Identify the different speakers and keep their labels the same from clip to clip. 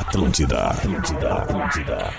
Speaker 1: Atlântida, Atlântida, Atlântida.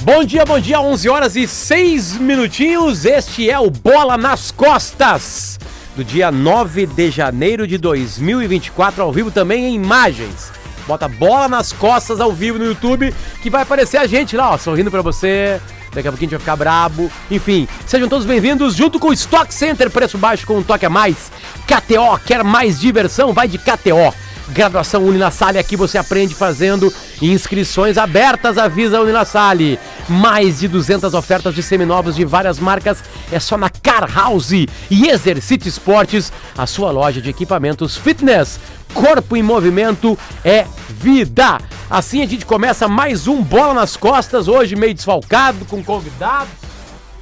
Speaker 2: Bom dia, bom dia, 11 horas e 6 minutinhos. Este é o Bola nas Costas, do dia 9 de janeiro de 2024, ao vivo também em imagens. Bota Bola nas Costas ao vivo no YouTube, que vai aparecer a gente lá, ó, sorrindo pra você. Daqui a pouquinho a gente vai ficar brabo. Enfim, sejam todos bem-vindos junto com o Stock Center, preço baixo com um toque a mais. KTO, quer mais diversão? Vai de KTO. Graduação Uninassalle, aqui você aprende fazendo inscrições abertas, avisa a Uninassalle. Mais de 200 ofertas de seminovos de várias marcas é só na Car House e Exercite Esportes, a sua loja de equipamentos fitness. Corpo em movimento é vida. Assim a gente começa mais um Bola nas Costas, hoje meio desfalcado, com convidados.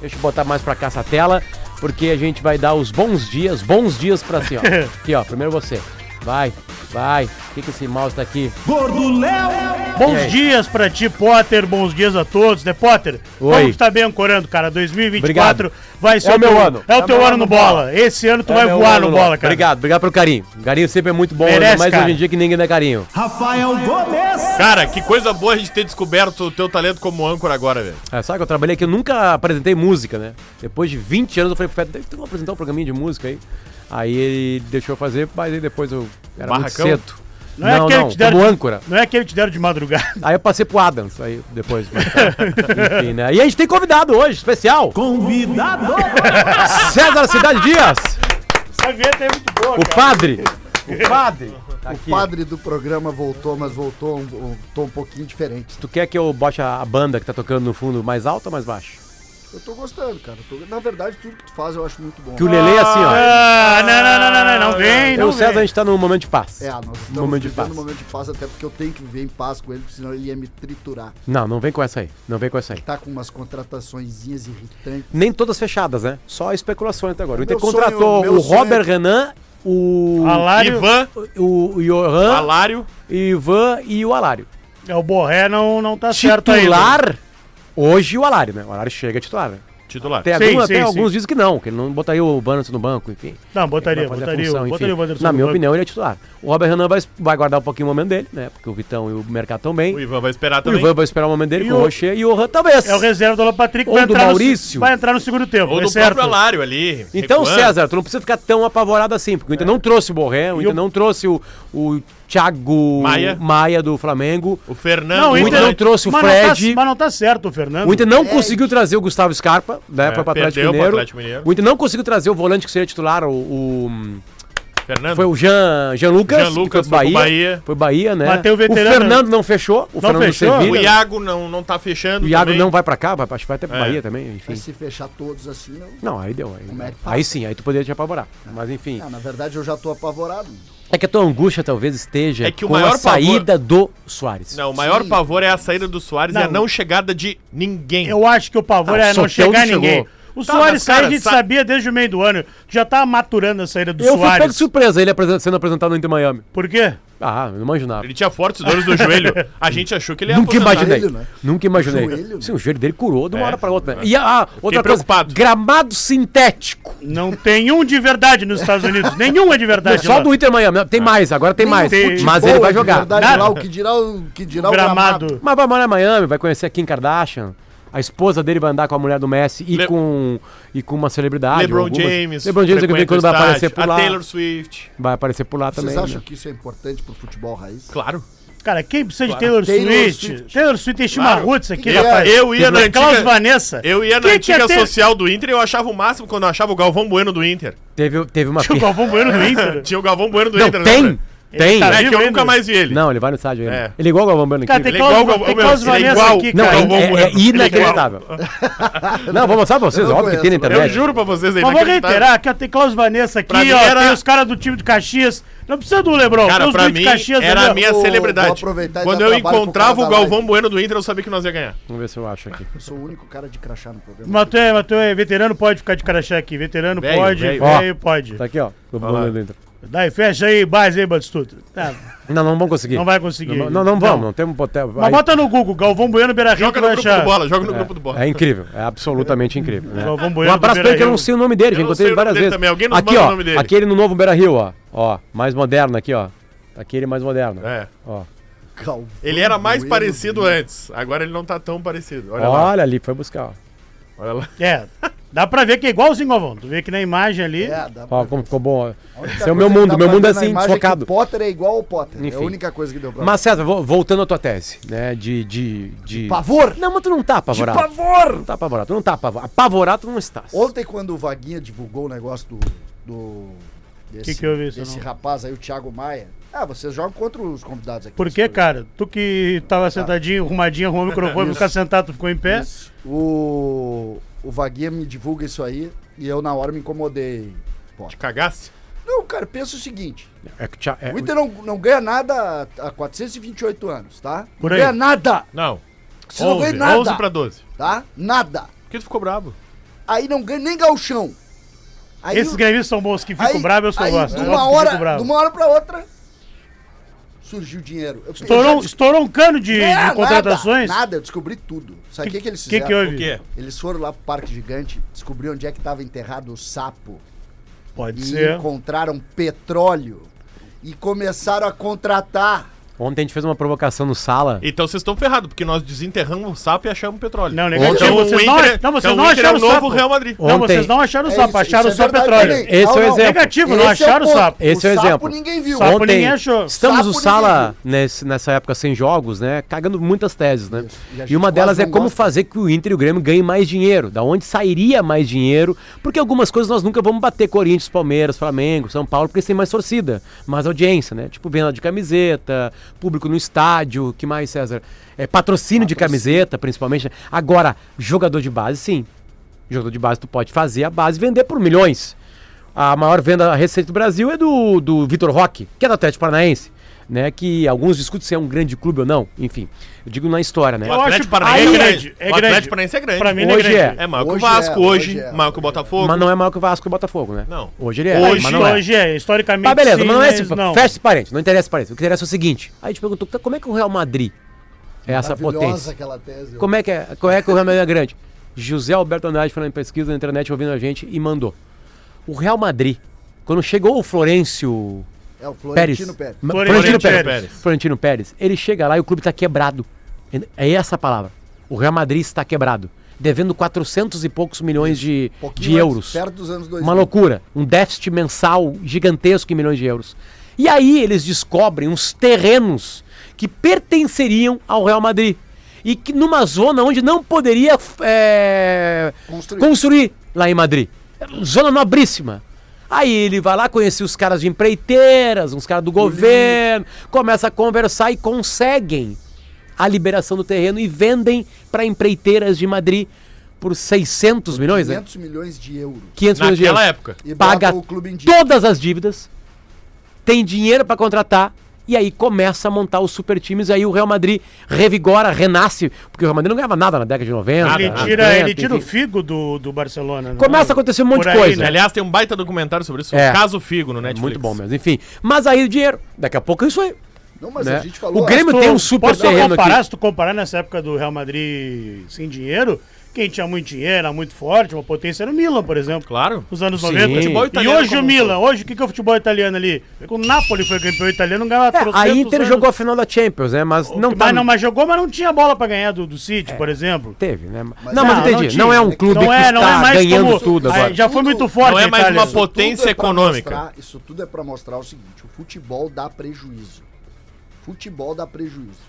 Speaker 2: Deixa eu botar mais pra cá essa tela, porque a gente vai dar os bons dias, bons dias pra si, ó. Aqui, ó, primeiro você. Vai, vai. O que, que esse mouse tá aqui? E
Speaker 3: Bons
Speaker 2: aí?
Speaker 3: dias pra ti, Potter. Bons dias a todos, né, Potter?
Speaker 2: Oi.
Speaker 3: Vamos tá bem ancorando, cara. 2024 vai ser
Speaker 2: É o meu
Speaker 3: teu-
Speaker 2: ano.
Speaker 3: É o
Speaker 2: É
Speaker 3: teu
Speaker 2: meu
Speaker 3: ano no bola. Esse ano tu
Speaker 2: É
Speaker 3: vai
Speaker 2: meu
Speaker 3: voar
Speaker 2: ano,
Speaker 3: no
Speaker 2: Lolo.
Speaker 3: bola, cara.
Speaker 2: Obrigado, obrigado pelo carinho. Carinho sempre é muito bom,
Speaker 3: Merece,
Speaker 2: mas
Speaker 3: cara.
Speaker 2: hoje em dia que ninguém dá carinho.
Speaker 4: Rafael Gomes!
Speaker 5: Cara, que coisa boa a gente ter descoberto o teu talento como âncora agora, velho.
Speaker 2: É, sabe que eu trabalhei aqui, eu nunca apresentei música, né? Depois de 20 anos eu falei pro Fred, tu vai apresentar um programinha de música aí? Aí ele deixou eu fazer, mas aí depois eu era
Speaker 5: Barracão?
Speaker 2: muito cedo.
Speaker 3: Não é aquele que te deram
Speaker 2: como
Speaker 3: de-
Speaker 2: âncora.
Speaker 3: Não é aquele que te deram de madrugada.
Speaker 2: Aí eu passei pro Adams, aí depois. Enfim, né? E a gente tem convidado hoje, especial,
Speaker 4: Convidado!
Speaker 2: César Cidade Dias,
Speaker 3: Essa vinheta é muito boa,
Speaker 2: o padre. O padre. Tá aqui.
Speaker 6: O padre do programa voltou, mas voltou um, um tom um pouquinho diferente.
Speaker 2: Tu quer que eu bote a a banda que tá tocando no fundo mais alta ou mais baixo?
Speaker 6: Eu tô gostando, cara. Eu tô- Na verdade, tudo que tu faz eu acho muito bom.
Speaker 2: Que o Lele é assim, ó.
Speaker 3: Ah, não, não, não, não, não, não vem,
Speaker 2: Eu e
Speaker 3: não
Speaker 2: o César, a
Speaker 3: vem.
Speaker 2: gente tá num momento de paz.
Speaker 6: É, nós estamos
Speaker 2: momento de
Speaker 6: vivendo
Speaker 2: paz.
Speaker 6: um momento de paz, até porque eu tenho que viver em paz com ele, porque senão ele ia me triturar.
Speaker 2: Não, não vem com essa aí. Não vem com essa aí.
Speaker 6: Tá com umas contrataçõezinhas irritantes.
Speaker 2: Nem todas fechadas, né? Só especulações até agora. O Inter
Speaker 6: Meu sonho-
Speaker 2: contratou
Speaker 6: meu
Speaker 2: o
Speaker 6: sonho é-
Speaker 2: Robert Renan, o.
Speaker 3: Alário,
Speaker 5: Ivan,
Speaker 2: O o Johan,
Speaker 5: Alário,
Speaker 2: o Ivan e o Alário.
Speaker 3: é, o Borré não, não tá certo aí.
Speaker 2: Titular. Hoje o Alário, né? O Alário chega titular, né?
Speaker 5: titular.
Speaker 2: Tem,
Speaker 3: Sim,
Speaker 2: algum-
Speaker 3: sim,
Speaker 2: tem
Speaker 3: sim.
Speaker 2: alguns dizem que não, que ele não botaria o Wanderson no banco, enfim.
Speaker 3: Não, botaria,
Speaker 2: Vai fazer a
Speaker 3: botaria,
Speaker 2: função,
Speaker 3: o-
Speaker 2: enfim.
Speaker 3: botaria o Wanderson.
Speaker 2: Na
Speaker 3: no
Speaker 2: minha
Speaker 3: banco.
Speaker 2: opinião, ele é titular. O Robert Renan vai, vai guardar um pouquinho o momento dele, né? Porque o Vitão e o Mercado estão bem.
Speaker 5: O Ivan vai esperar
Speaker 2: O
Speaker 5: também.
Speaker 2: Ivan vai esperar o momento dele
Speaker 3: E
Speaker 2: com o
Speaker 3: o-
Speaker 2: Rocher e o Rohan talvez.
Speaker 3: É o reserva do Alan Patrick,
Speaker 2: Ou do
Speaker 3: no-
Speaker 2: Maurício.
Speaker 3: vai entrar no segundo tempo,
Speaker 5: Ou
Speaker 3: é
Speaker 5: do
Speaker 3: certo.
Speaker 5: próprio Alário ali.
Speaker 2: Então,
Speaker 5: recuando.
Speaker 2: César, tu não precisa ficar tão apavorado assim, porque o Inter não trouxe o Borré, o Inter
Speaker 3: É. o-
Speaker 2: não trouxe o, o Thiago
Speaker 5: Maia.
Speaker 2: do Flamengo,
Speaker 5: O Fernando.
Speaker 3: Não,
Speaker 2: O
Speaker 3: o
Speaker 2: Inter
Speaker 3: Inter
Speaker 2: não então, trouxe o
Speaker 3: mas não tá-
Speaker 2: Fred.
Speaker 3: mas não tá certo o Fernando.
Speaker 2: o Inter não conseguiu trazer o Gustavo Scarpa, né,
Speaker 5: É,
Speaker 2: foi pro Atlético,
Speaker 5: perdeu pro
Speaker 2: Mineiro.
Speaker 5: Atlético Mineiro.
Speaker 2: O Inter não conseguiu trazer o volante que seria titular, o, o-
Speaker 5: Fernando.
Speaker 2: foi o Jean, Jean Lucas,
Speaker 5: Jean
Speaker 2: que
Speaker 5: Lucas
Speaker 2: foi pro Bahia,
Speaker 5: Bahia.
Speaker 2: foi Bahia, né?
Speaker 3: Bateu o veterano.
Speaker 2: Fernando não fechou, o Fernando
Speaker 3: fechou.
Speaker 2: do
Speaker 5: O
Speaker 2: Sevilha.
Speaker 5: Iago não, não tá fechando.
Speaker 2: O Iago
Speaker 5: também.
Speaker 2: não vai pra cá, vai, acho que vai até pro
Speaker 5: É.
Speaker 2: Bahia também, enfim.
Speaker 6: Mas se fechar todos assim, eu.
Speaker 2: Não, aí deu. Aí,
Speaker 6: Como é que faz?
Speaker 2: aí sim, aí tu poderia te apavorar. Mas enfim.
Speaker 6: Ah, na verdade, eu já tô apavorado.
Speaker 2: É que a tua angústia talvez esteja
Speaker 5: É que o
Speaker 2: com
Speaker 5: maior
Speaker 2: a
Speaker 5: pavor-
Speaker 2: saída do Soares.
Speaker 5: Não, o maior
Speaker 6: Sim.
Speaker 5: pavor é a saída do Soares e a
Speaker 3: Não.
Speaker 5: não chegada de ninguém.
Speaker 3: Eu acho que o pavor
Speaker 2: Ah,
Speaker 3: é
Speaker 2: o
Speaker 3: não
Speaker 2: Soteldo
Speaker 3: chegar
Speaker 2: chegou.
Speaker 3: ninguém. O
Speaker 5: Tá,
Speaker 3: Soares
Speaker 5: mas,
Speaker 3: sai,
Speaker 5: cara,
Speaker 3: a gente
Speaker 5: sa-
Speaker 3: sabia desde o meio do ano. Já tá maturando a saída do
Speaker 2: Eu fui pego de
Speaker 3: Soares.
Speaker 2: surpresa ele apresen- sendo apresentado no Inter Miami.
Speaker 3: Por quê?
Speaker 2: Ah, eu não imaginava.
Speaker 5: Ele tinha fortes dores no joelho. A gente achou que ele ia
Speaker 2: Nunca
Speaker 5: aposentar.
Speaker 2: imaginei.
Speaker 6: joelho, né?
Speaker 2: Nunca imaginei.
Speaker 6: Joelho, né?
Speaker 2: Sim, o joelho dele curou de uma
Speaker 5: É.
Speaker 2: hora pra outra. né? E a, a outra coisa,
Speaker 5: preocupado.
Speaker 2: gramado sintético.
Speaker 3: Não tem um de verdade nos Estados Unidos. Nenhum é de verdade.
Speaker 2: Só
Speaker 3: lá.
Speaker 2: do Inter Miami.
Speaker 5: É.
Speaker 2: Tem mais, agora tem mais.
Speaker 3: tem.
Speaker 2: Mas
Speaker 6: Boa,
Speaker 2: ele vai
Speaker 6: de
Speaker 2: jogar.
Speaker 6: é Verdade,
Speaker 3: Nada.
Speaker 6: lá, o que dirá o, que dirá o gramado.
Speaker 3: gramado.
Speaker 2: Mas vai morar em Miami, vai conhecer a Kim Kardashian. A esposa dele vai andar com a mulher do Messi e,
Speaker 5: Le-
Speaker 2: com, e com uma celebridade.
Speaker 5: LeBron
Speaker 2: ou algumas.
Speaker 5: James.
Speaker 2: LeBron James é que vem
Speaker 5: frequenta
Speaker 2: quando
Speaker 5: o
Speaker 2: vai
Speaker 5: estádio.
Speaker 2: aparecer por lá.
Speaker 5: A Taylor Swift.
Speaker 2: Vai aparecer por lá
Speaker 6: Vocês
Speaker 2: também.
Speaker 6: acham
Speaker 2: né?
Speaker 6: que isso é importante pro futebol raiz?
Speaker 5: Claro.
Speaker 3: Cara, quem putz, precisa de Taylor,
Speaker 5: Claro.
Speaker 6: Taylor
Speaker 3: Swift?
Speaker 6: Swift.
Speaker 3: Taylor Swift tem chimarruts aqui,
Speaker 6: Que que é?
Speaker 3: rapaz.
Speaker 5: Eu ia na
Speaker 3: Klaus
Speaker 5: antiga-
Speaker 3: Vanessa.
Speaker 2: É.
Speaker 5: Eu ia na
Speaker 3: Quem que
Speaker 5: antiga
Speaker 3: ia ter-
Speaker 5: social do Inter e eu achava o máximo quando eu achava o Galvão Bueno do Inter.
Speaker 2: Teve, teve uma.
Speaker 3: O Galvão Bueno do Inter.
Speaker 5: Tinha o Galvão Bueno do
Speaker 2: Não,
Speaker 5: Inter.
Speaker 2: tem!
Speaker 5: lembra?
Speaker 2: Tem!
Speaker 3: tá
Speaker 5: É
Speaker 3: vivo
Speaker 5: que eu
Speaker 3: ainda?
Speaker 5: nunca mais vi ele.
Speaker 2: Não, ele vai no estádio ainda.
Speaker 5: É.
Speaker 2: Ele é igual o Galvão Bueno aqui.
Speaker 3: Cara, tem
Speaker 5: Ele é igual
Speaker 3: Klaus-
Speaker 5: o
Speaker 3: tem
Speaker 5: meu,
Speaker 3: Klaus
Speaker 5: ele é
Speaker 3: Vanessa
Speaker 5: igual.
Speaker 3: aqui,
Speaker 2: Não,
Speaker 3: cara.
Speaker 5: Galvão
Speaker 2: é, é- é
Speaker 5: Bueno.
Speaker 2: inacreditável. não, vou mostrar pra vocês,
Speaker 6: Eu não
Speaker 2: óbvio que tem na
Speaker 6: conheço,
Speaker 5: Eu
Speaker 2: internet.
Speaker 5: juro pra vocês aí.
Speaker 3: Mas vou
Speaker 5: inacreditável.
Speaker 3: reiterar que tem Klaus Vanessa aqui,
Speaker 5: Pra mim
Speaker 3: ó.
Speaker 5: era-
Speaker 3: Tem os caras do time de Caxias. Não precisa do Lebron. tem
Speaker 5: Cara,
Speaker 3: os
Speaker 5: pra
Speaker 3: dois de
Speaker 5: mim
Speaker 3: Caxias,
Speaker 5: era
Speaker 3: ali,
Speaker 5: a
Speaker 3: ó.
Speaker 5: minha
Speaker 6: Vou- vou
Speaker 5: celebridade.
Speaker 6: aproveitar e
Speaker 5: Quando
Speaker 6: dar
Speaker 5: eu
Speaker 6: trabalho pro
Speaker 5: encontrava
Speaker 6: cara
Speaker 5: o
Speaker 6: da
Speaker 5: Galvão
Speaker 6: live.
Speaker 5: Bueno do Inter, eu sabia que nós ia ganhar.
Speaker 2: Vamos ver se eu acho aqui.
Speaker 6: Eu sou o único cara de crachá no programa.
Speaker 3: Mas tu é, mas tu é veterano, pode ficar de crachá aqui. Veterano
Speaker 5: Velho,
Speaker 3: pode,
Speaker 5: velho.
Speaker 3: velho pode.
Speaker 2: Tá aqui, ó. O Galvão
Speaker 5: lá.
Speaker 2: Bueno do Inter.
Speaker 3: Daí fecha aí, base aí, Batistuta. Tá,
Speaker 2: Não, não vão conseguir.
Speaker 3: não vai conseguir.
Speaker 2: Não, não, não vamos, não, temos botel.
Speaker 3: Mas
Speaker 2: aí-
Speaker 3: bota no Google, Galvão Bueno Beira Rio,
Speaker 5: Joga
Speaker 3: tu
Speaker 5: no
Speaker 3: vai
Speaker 5: grupo do
Speaker 3: achar.
Speaker 5: bola, joga no grupo do bola.
Speaker 2: É incrível, é absolutamente incrível. né?
Speaker 3: Galvão
Speaker 2: Um
Speaker 3: Bueno
Speaker 2: abraço
Speaker 3: do
Speaker 2: pra ele que eu
Speaker 3: Beira-Rio.
Speaker 2: não sei o nome dele, já
Speaker 5: Eu não
Speaker 2: encontrei
Speaker 5: sei
Speaker 2: ele
Speaker 5: o nome
Speaker 2: várias
Speaker 5: dele
Speaker 2: vezes.
Speaker 5: também, alguém nos
Speaker 2: aqui,
Speaker 5: manda
Speaker 2: ó,
Speaker 5: o nome dele.
Speaker 2: Aquele no novo Beira Rio, ó. Ó, mais moderno aqui, ó. Aquele mais moderno.
Speaker 5: É.
Speaker 2: Ó.
Speaker 6: Calvo.
Speaker 5: Ele era mais parecido antes, agora ele não tá tão parecido. Olha
Speaker 2: Olha,
Speaker 5: lá,
Speaker 2: ali, foi buscar, ó.
Speaker 5: olha lá.
Speaker 3: É, dá pra ver que é igualzinho, Galvão. Tu vê aqui na imagem ali.
Speaker 6: É, dá
Speaker 2: Ó,
Speaker 6: pra...
Speaker 2: como ficou bom, ó.
Speaker 6: a única
Speaker 2: Esse é o meu
Speaker 6: coisa que dá
Speaker 2: mundo, meu
Speaker 6: pra
Speaker 2: mundo é
Speaker 6: ver na
Speaker 2: assim,
Speaker 6: imagem que
Speaker 2: desfocado.
Speaker 6: O Potter é igual ao Potter. É
Speaker 2: Enfim.
Speaker 6: a única coisa que deu pra
Speaker 2: Mas, César, vo- voltando à tua tese, né? De. de, de...
Speaker 6: Pavor!
Speaker 2: Não, mas tu não tá apavorado.
Speaker 6: De pavor!
Speaker 2: Não tá apavorado, tu não tá apavorado. Apavorado tu não estás.
Speaker 6: Ontem, quando o Vaguinha divulgou o negócio do. do desse,
Speaker 3: Que que houve isso,
Speaker 6: desse
Speaker 3: não?
Speaker 6: rapaz aí, o Thiago Maia. Ah, vocês jogam contra os convidados aqui.
Speaker 3: Por
Speaker 6: nesse
Speaker 3: quê,
Speaker 6: programa.
Speaker 3: cara? Tu que tava sentadinho, arrumadinho, arrumou o microfone, ficar sentado, tu ficou em pé.
Speaker 6: O, o Vaguinha me divulga isso aí e eu, na hora, me incomodei. Pô.
Speaker 5: Te cagaste?
Speaker 6: Não, cara, pensa o seguinte:
Speaker 2: É que o Thi- é-
Speaker 6: o Inter não, não ganha nada há 428 anos, tá?
Speaker 3: Por
Speaker 6: não
Speaker 3: aí.
Speaker 6: ganha nada!
Speaker 5: Não.
Speaker 6: Vocês não
Speaker 5: 11,
Speaker 6: ganham nada!
Speaker 5: 11 pra 12.
Speaker 6: Tá? Nada!
Speaker 5: Por que tu ficou brabo?
Speaker 6: Aí não ganha nem galchão. Aí
Speaker 3: Esses
Speaker 6: o-
Speaker 3: gremistas são bons que ficam
Speaker 6: Aí-
Speaker 3: bravos, eu só
Speaker 6: aí,
Speaker 3: gosto.
Speaker 6: De
Speaker 3: Eu
Speaker 6: uma,
Speaker 3: gosto que ficam
Speaker 6: hora,
Speaker 3: bravos.
Speaker 6: de uma hora pra outra, surgiu dinheiro. Eu-
Speaker 3: Estourou,
Speaker 6: eu já
Speaker 3: estourou um cano de,
Speaker 6: descobri-
Speaker 3: de
Speaker 6: É, nada,
Speaker 3: contratações.
Speaker 6: Nada, eu descobri tudo. Sabe o que, que eles
Speaker 3: que,
Speaker 6: fizeram?
Speaker 3: que houve?
Speaker 5: O quê?
Speaker 6: Eles foram lá pro Parque Gigante, descobriram onde é que tava enterrado o sapo
Speaker 3: Pode
Speaker 6: e
Speaker 3: ser.
Speaker 6: encontraram petróleo e começaram a contratar.
Speaker 2: Ontem a gente fez uma provocação no sala.
Speaker 5: Então vocês estão ferrados, porque nós desenterramos o sapo e achamos petróleo.
Speaker 3: Não, negativo,
Speaker 5: Então
Speaker 3: vocês
Speaker 5: o
Speaker 3: não-
Speaker 5: Inter,
Speaker 3: não, vocês
Speaker 5: então
Speaker 3: não
Speaker 5: o Inter é o
Speaker 3: acharam o
Speaker 5: novo
Speaker 3: sapo.
Speaker 5: Real Madrid.
Speaker 3: Não,
Speaker 2: Ontem-
Speaker 3: vocês não acharam o
Speaker 6: É
Speaker 3: sapo,
Speaker 6: isso,
Speaker 3: acharam
Speaker 6: isso é
Speaker 3: só
Speaker 6: verdade
Speaker 3: petróleo.
Speaker 6: também.
Speaker 2: Esse é o
Speaker 6: Não, não,
Speaker 2: exemplo.
Speaker 3: Negativo, não
Speaker 6: Esse é o
Speaker 3: acharam o
Speaker 6: ponto.
Speaker 3: sapo.
Speaker 2: Esse é o
Speaker 6: sapo
Speaker 2: exemplo.
Speaker 6: ninguém viu.
Speaker 3: Sapo
Speaker 2: Ontem,
Speaker 3: ninguém achou.
Speaker 2: estamos
Speaker 6: Sapo
Speaker 2: no
Speaker 6: ninguém
Speaker 2: sala nesse- nessa época sem jogos, né? Cagando muitas teses, né?
Speaker 6: Isso. E a
Speaker 2: E,
Speaker 6: gente
Speaker 2: uma
Speaker 6: quase
Speaker 2: delas é
Speaker 6: não
Speaker 2: como
Speaker 6: gosta.
Speaker 2: fazer que o Inter e o Grêmio ganhem mais dinheiro. Da onde sairia mais dinheiro? Porque algumas coisas nós nunca vamos bater Corinthians, Palmeiras, Flamengo, São Paulo, porque eles têm mais torcida, mais audiência, né? Tipo venda de camiseta, público no estádio, que mais, César? É, patrocínio de camiseta, principalmente. né? Agora, jogador de base, sim. Jogador de base, tu pode fazer a base vender por milhões. A maior venda recente do Brasil é do, do Vitor Roque, que é do Atlético Paranaense. Né, que alguns discutem se é um grande clube ou não, enfim. Eu digo na história, né?
Speaker 5: O Atlético
Speaker 3: aí
Speaker 5: Paranaense é
Speaker 3: é
Speaker 5: grande.
Speaker 3: grande, é
Speaker 5: o
Speaker 3: grande.
Speaker 5: Atlético Paranaense é grande.
Speaker 3: Pra mim,
Speaker 2: Hoje
Speaker 3: ele é grande.
Speaker 5: É maior que o
Speaker 6: Hoje
Speaker 5: Vasco
Speaker 6: é,
Speaker 5: hoje,
Speaker 6: hoje é,
Speaker 5: maior que o Botafogo.
Speaker 2: Mas não é maior que o Vasco e o Botafogo, né?
Speaker 5: Não.
Speaker 2: Hoje ele é.
Speaker 5: Hoje-
Speaker 2: mas
Speaker 3: Hoje,
Speaker 2: não é.
Speaker 3: hoje é, historicamente.
Speaker 2: Tá, beleza, mas não é
Speaker 3: sim,
Speaker 2: esse.
Speaker 3: não.
Speaker 2: Fecha esse parênteses, não interessa esse parênteses. O que interessa é o seguinte. Aí a gente perguntou, tá, como é que o Real Madrid é essa
Speaker 6: Maravilhosa
Speaker 2: potência?
Speaker 6: aquela tese.
Speaker 2: Como é que é, como é que o Real Madrid é grande? José Alberto Andrade foi na pesquisa na internet ouvindo a gente e mandou. O Real Madrid, quando chegou o Florencio
Speaker 6: É o
Speaker 2: Pérez.
Speaker 6: Florentino Pérez.
Speaker 2: Ma-
Speaker 3: Florentino
Speaker 2: Florentino Pérez.
Speaker 3: Pérez.
Speaker 2: Florentino Pérez. Ele chega lá e o clube tá quebrado. É essa a palavra. O Real Madrid está quebrado. Devendo 400 e poucos milhões de, de
Speaker 6: antes,
Speaker 2: euros.
Speaker 6: Perto dos anos 2000.
Speaker 2: Uma loucura. Um déficit mensal gigantesco em milhões de euros. E aí eles descobrem uns terrenos que pertenceriam ao Real Madrid. E que numa zona onde não poderia é,
Speaker 6: Construir.
Speaker 2: construir lá em Madrid. Zona nobríssima. Aí ele vai lá conhecer os caras de empreiteiras, uns caras do governo, começa a conversar e conseguem a liberação do terreno e vendem para empreiteiras de Madrid por 600 milhões, né?
Speaker 6: 500 milhões de euros.
Speaker 2: 500 milhões de
Speaker 5: Naquela
Speaker 2: euros.
Speaker 5: época.
Speaker 6: E
Speaker 2: Paga
Speaker 6: bota o clube em dia.
Speaker 2: todas as dívidas, tem dinheiro para contratar e aí começa a montar os super times. Aí o Real Madrid revigora, renasce, porque o Real Madrid não ganhava nada na década de 90.
Speaker 5: Nada,
Speaker 3: Ele
Speaker 5: nada.
Speaker 2: 80,
Speaker 3: tira, ele tira o
Speaker 2: enfim.
Speaker 3: figo do, do Barcelona. não
Speaker 2: Começa
Speaker 3: é?
Speaker 2: a acontecer um monte
Speaker 3: Por
Speaker 2: de
Speaker 3: aí,
Speaker 2: coisa.
Speaker 3: né?
Speaker 5: Aliás, tem um baita documentário sobre isso.
Speaker 2: É.
Speaker 5: O Caso Figo no Netflix.
Speaker 2: Muito bom mesmo, enfim. Mas aí o dinheiro, daqui a pouco é isso aí.
Speaker 6: Não, mas
Speaker 2: né?
Speaker 6: a gente falou. ah,
Speaker 2: O Grêmio-
Speaker 3: Tu-
Speaker 2: tem um super
Speaker 3: posso só
Speaker 2: terreno
Speaker 3: comparar,
Speaker 2: aqui.
Speaker 3: Se tu comparar nessa época do Real Madrid sem dinheiro, quem tinha muito dinheiro, era muito forte, uma potência era o Milan, por exemplo.
Speaker 5: Claro.
Speaker 3: Nos anos
Speaker 2: Sim.
Speaker 3: 90.
Speaker 2: Futebol
Speaker 3: e
Speaker 5: italiano
Speaker 3: hoje
Speaker 5: como
Speaker 3: o
Speaker 5: um
Speaker 3: Milan. Hoje, o que, que é o futebol italiano ali? O Napoli foi campeão italiano, ganhava
Speaker 2: É, a
Speaker 3: 300
Speaker 2: Inter
Speaker 3: anos.
Speaker 2: jogou a final da Champions, né? Mas não
Speaker 3: mas,
Speaker 2: tá.
Speaker 3: não, mas jogou, mas não tinha bola pra ganhar do, do City, por exemplo.
Speaker 2: Teve, né? não, mas
Speaker 3: não, não
Speaker 2: entendi.
Speaker 3: tinha.
Speaker 2: Não, é um
Speaker 6: É que
Speaker 2: clube
Speaker 3: Não
Speaker 2: que
Speaker 3: é,
Speaker 2: está
Speaker 3: não é mais
Speaker 2: ganhando
Speaker 3: como...
Speaker 2: tudo
Speaker 3: Ah,
Speaker 2: agora.
Speaker 3: já foi muito forte
Speaker 5: Não é
Speaker 3: a
Speaker 5: mais
Speaker 3: Itália.
Speaker 5: uma po- potência
Speaker 6: pra
Speaker 5: econômica.
Speaker 6: mostrar- isso tudo é pra mostrar o seguinte: o futebol dá prejuízo. Futebol dá prejuízo.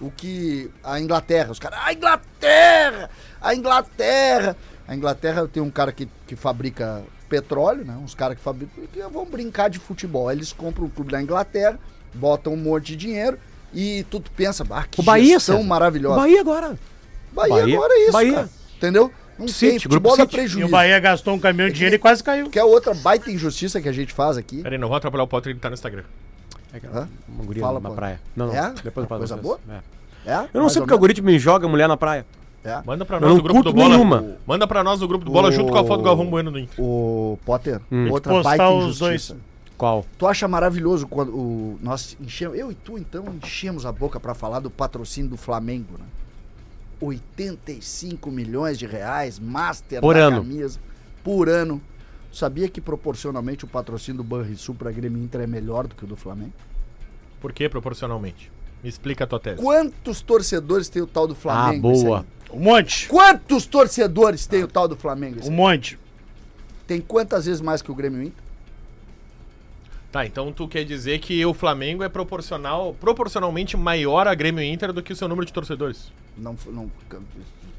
Speaker 6: O que a Inglaterra, os caras, a Inglaterra, a Inglaterra. A Inglaterra tem um cara que, que fabrica petróleo, né? Uns caras que fabricam, que vão brincar de futebol. Aí Eles compram um clube da Inglaterra, botam um monte de dinheiro e tu, tu pensa, ah, que
Speaker 2: O Bahia,
Speaker 6: gestão
Speaker 2: César.
Speaker 6: maravilhosa.
Speaker 2: O Bahia agora.
Speaker 6: Bahia,
Speaker 2: Bahia.
Speaker 6: agora é isso,
Speaker 2: Bahia.
Speaker 6: cara. Entendeu? Não
Speaker 2: City,
Speaker 6: tem,
Speaker 2: grupo
Speaker 6: futebol dá
Speaker 2: City.
Speaker 6: prejuízo.
Speaker 3: E o Bahia gastou um caminhão de dinheiro e quase caiu.
Speaker 6: Que é outra baita injustiça que a gente faz aqui.
Speaker 5: Peraí, não vou atrapalhar o Potter, ele tá no Instagram.
Speaker 6: Hã?
Speaker 2: Uma guria
Speaker 6: Fala,
Speaker 2: na
Speaker 6: pô.
Speaker 2: praia. Não, não.
Speaker 6: É?
Speaker 2: Depois eu falo
Speaker 6: Coisa
Speaker 2: pra vocês.
Speaker 6: boa?
Speaker 2: É.
Speaker 6: É?
Speaker 2: Eu não sei porque o algoritmo me joga mulher na praia.
Speaker 6: É.
Speaker 5: Manda pra
Speaker 2: Eu
Speaker 5: nós
Speaker 2: não
Speaker 5: o grupo do
Speaker 2: curto
Speaker 5: Bola.
Speaker 2: nenhuma.
Speaker 5: Manda pra nós o grupo do Bola junto com a foto do Galvão Bueno do Inter.
Speaker 2: Hum.
Speaker 6: O Potter, outra
Speaker 3: Postar
Speaker 6: baita
Speaker 3: os
Speaker 6: injustiça.
Speaker 3: dois.
Speaker 2: Qual?
Speaker 6: Tu acha maravilhoso quando o, nós enchemos, eu e tu então enchemos a boca pra falar do patrocínio do Flamengo, né? 85 milhões de reais, master
Speaker 2: Por
Speaker 6: da
Speaker 2: ano.
Speaker 6: camisa, por ano. Sabia que proporcionalmente o patrocínio do Banrisul pra Grêmio e Inter é melhor do que o do Flamengo?
Speaker 5: Por que proporcionalmente? Me explica a tua tese.
Speaker 6: Quantos torcedores tem o tal do Flamengo?
Speaker 2: ah,
Speaker 6: isso
Speaker 2: boa.
Speaker 6: aí?
Speaker 3: Um monte.
Speaker 6: Quantos torcedores tem o tal do Flamengo? isso
Speaker 3: Um
Speaker 6: aí?
Speaker 3: monte.
Speaker 6: Tem quantas vezes mais que o Grêmio e o Inter?
Speaker 5: Tá, então tu quer dizer que o Flamengo é proporcional, proporcionalmente maior a Grêmio e Inter do que o seu número de torcedores?
Speaker 6: Não, não,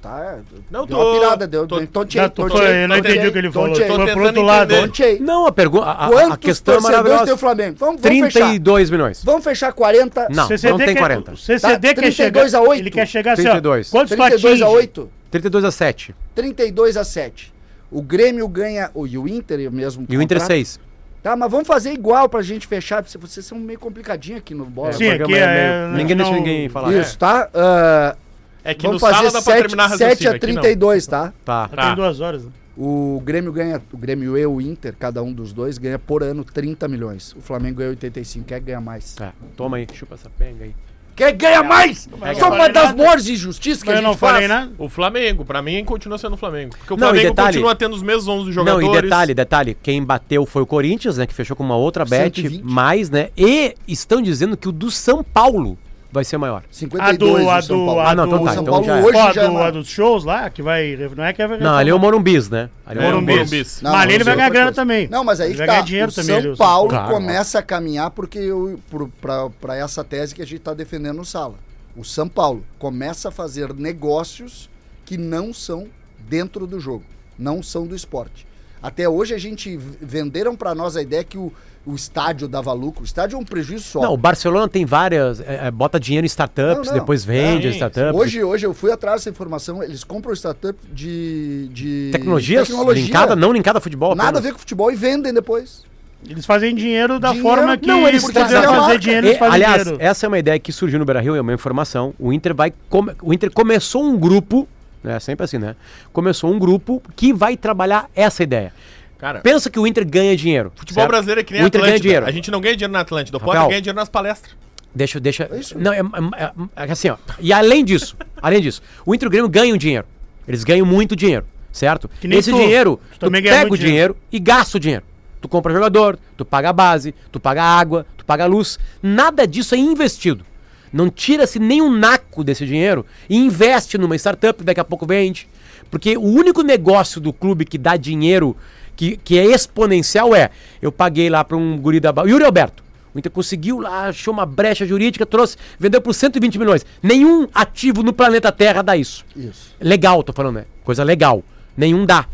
Speaker 6: tá.
Speaker 5: Não,
Speaker 6: deu
Speaker 5: tô-
Speaker 6: uma pirada, deu. então
Speaker 5: tô-
Speaker 6: tonteei,
Speaker 3: Não, tu
Speaker 6: tonteei,
Speaker 3: foi- eu não
Speaker 6: tonteei,
Speaker 3: entendi o que ele falou.
Speaker 6: tonteei,
Speaker 3: Tu foi pro
Speaker 5: tentando
Speaker 3: outro lado.
Speaker 5: entender.
Speaker 6: tonteei.
Speaker 2: Não, a pergunta. A, a- a
Speaker 6: Quantos
Speaker 2: questão é
Speaker 6: torcedores tem o
Speaker 2: maravilhosa.
Speaker 6: Flamengo? Vamos, vamos fechar.
Speaker 2: 32 milhões.
Speaker 6: Vamos fechar 40.
Speaker 2: Não, não tem 40.
Speaker 3: O CCD
Speaker 6: Tá,
Speaker 3: quer
Speaker 6: 32
Speaker 3: chegar.
Speaker 6: a oito.
Speaker 3: Ele quer chegar assim,
Speaker 2: 32.
Speaker 3: ó. Quantos
Speaker 6: 32 a
Speaker 3: atinge?
Speaker 6: 8.
Speaker 2: 32 a 7.
Speaker 6: 32 a 7. O Grêmio ganha. o- E o Inter é o mesmo.
Speaker 2: E o Inter
Speaker 6: contrato.
Speaker 2: 6.
Speaker 6: Tá, mas vamos fazer igual pra gente fechar. porque Vocês são meio complicadinhos aqui no bola.
Speaker 3: Sim, aqui é.
Speaker 2: Ninguém deixa
Speaker 3: não-
Speaker 2: ninguém falar.
Speaker 6: Isso, tá? Ah,
Speaker 5: É que
Speaker 6: vamos
Speaker 5: no
Speaker 6: fazer
Speaker 5: sala dá pra terminar
Speaker 6: 7, 7 a
Speaker 5: aqui não.
Speaker 6: 32, tá?
Speaker 2: Tá.
Speaker 3: Já
Speaker 5: Tá.
Speaker 3: Tem duas horas. né?
Speaker 6: O Grêmio ganha, o Grêmio e o Inter, cada um dos dois, ganha por ano 30 milhões. O Flamengo ganha 85, quer ganhar mais.
Speaker 2: É, Toma aí, chupa essa penga aí.
Speaker 6: Quer ganhar mais?
Speaker 3: eu
Speaker 6: São
Speaker 3: É. não
Speaker 6: uma
Speaker 3: falei
Speaker 6: das
Speaker 3: nada.
Speaker 6: maiores injustias que a
Speaker 3: Mas eu
Speaker 6: gente
Speaker 3: não
Speaker 6: faz.
Speaker 3: falei nada.
Speaker 5: O Flamengo, pra mim, continua sendo o Flamengo. Porque o
Speaker 2: Não, e
Speaker 5: Flamengo
Speaker 2: detalhe-
Speaker 5: continua tendo os mesmos 11
Speaker 2: Não,
Speaker 5: jogadores.
Speaker 2: e detalhe, detalhe, quem bateu foi o Corinthians, né, que fechou com uma outra bet
Speaker 6: 120.
Speaker 2: mais, né? E estão dizendo que o do São Paulo vai ser maior.
Speaker 6: 52
Speaker 3: A do- a
Speaker 6: do São
Speaker 3: do-
Speaker 6: Paulo.
Speaker 3: a Ah, não,
Speaker 2: então do- tá,
Speaker 6: São
Speaker 2: então
Speaker 6: Paulo
Speaker 2: já é.
Speaker 6: hoje
Speaker 3: Ó, a
Speaker 6: já é
Speaker 3: do,
Speaker 6: maior.
Speaker 3: a dos shows lá, que vai. Não é que vai.
Speaker 2: Não, ali é o Morumbis, né? Ali
Speaker 5: É, o
Speaker 3: Morumbis.
Speaker 5: Morumbis.
Speaker 6: Não,
Speaker 3: Mas ali ele
Speaker 6: mas é
Speaker 3: vai ganhar
Speaker 6: outra
Speaker 3: grana
Speaker 6: coisa.
Speaker 3: também.
Speaker 6: Não, mas aí
Speaker 3: ele
Speaker 6: que
Speaker 3: vai
Speaker 6: tá.
Speaker 3: ganhar dinheiro
Speaker 6: o
Speaker 3: também.
Speaker 6: São
Speaker 3: ele-
Speaker 6: Paulo
Speaker 2: Claro.
Speaker 6: começa a caminhar porque eu, pro, pra, pra essa tese que a gente tá defendendo no Sala. O São Paulo começa a fazer negócios que não são dentro do jogo, não são do esporte. Até hoje a gente v- venderam para nós a ideia que o, o estádio dava lucro. O estádio é um prejuízo só.
Speaker 2: Não, o Barcelona tem várias. é, é, bota dinheiro em startups,
Speaker 6: Não, não.
Speaker 2: depois vende
Speaker 5: Sim,
Speaker 2: as startups.
Speaker 6: Hoje, hoje eu fui atrás dessa informação, eles compram startup de, de
Speaker 2: tecnologias
Speaker 6: tecnologia,
Speaker 2: linkada, não linkada a futebol.
Speaker 6: nada a
Speaker 2: apenas.
Speaker 6: ver com futebol e vendem depois.
Speaker 3: Eles fazem dinheiro da
Speaker 6: Dinheiro-
Speaker 3: forma que
Speaker 6: não, eles
Speaker 3: puder
Speaker 6: trazem a
Speaker 3: fazer
Speaker 6: marca.
Speaker 3: dinheiro,
Speaker 2: E,
Speaker 3: eles fazem
Speaker 2: aliás,
Speaker 3: dinheiro.
Speaker 2: essa é uma ideia que surgiu no Brasil, é uma informação. O Inter vai come- o Inter começou um grupo, né, sempre assim, né? Começou um grupo que vai trabalhar essa ideia.
Speaker 5: Cara,
Speaker 2: Pensa que o Inter ganha dinheiro.
Speaker 5: futebol
Speaker 2: certo?
Speaker 5: brasileiro é que nem
Speaker 2: O Inter ganha
Speaker 5: Atlântida.
Speaker 2: dinheiro.
Speaker 5: A gente não ganha dinheiro na Atlântida. O Potter
Speaker 2: Rafael.
Speaker 5: ganha dinheiro nas palestras.
Speaker 2: Deixa, deixa. Não, é, é- é- é assim, ó. E além disso, além disso, o Inter e o Grêmio ganham dinheiro. Eles ganham muito dinheiro, certo?
Speaker 3: Que nem
Speaker 2: Esse
Speaker 3: tu.
Speaker 2: dinheiro, tu
Speaker 3: Tu também ganha
Speaker 2: pega o
Speaker 3: muito
Speaker 2: dinheiro e gasta o dinheiro. Tu compra jogador, tu paga a base, tu paga a água, tu paga a luz. Nada disso é investido. Não tira-se nem um naco desse dinheiro e investe numa startup, daqui a pouco vende. Porque o único negócio do clube que dá dinheiro, que, que é exponencial, é: eu paguei lá para um guri da. Ba- Yuri Alberto. O Inter conseguiu lá, achou uma brecha jurídica, trouxe, vendeu por 120 milhões. Nenhum ativo no planeta Terra dá isso.
Speaker 6: Isso.
Speaker 2: Legal, tô falando, né? Coisa legal. Nenhum dá.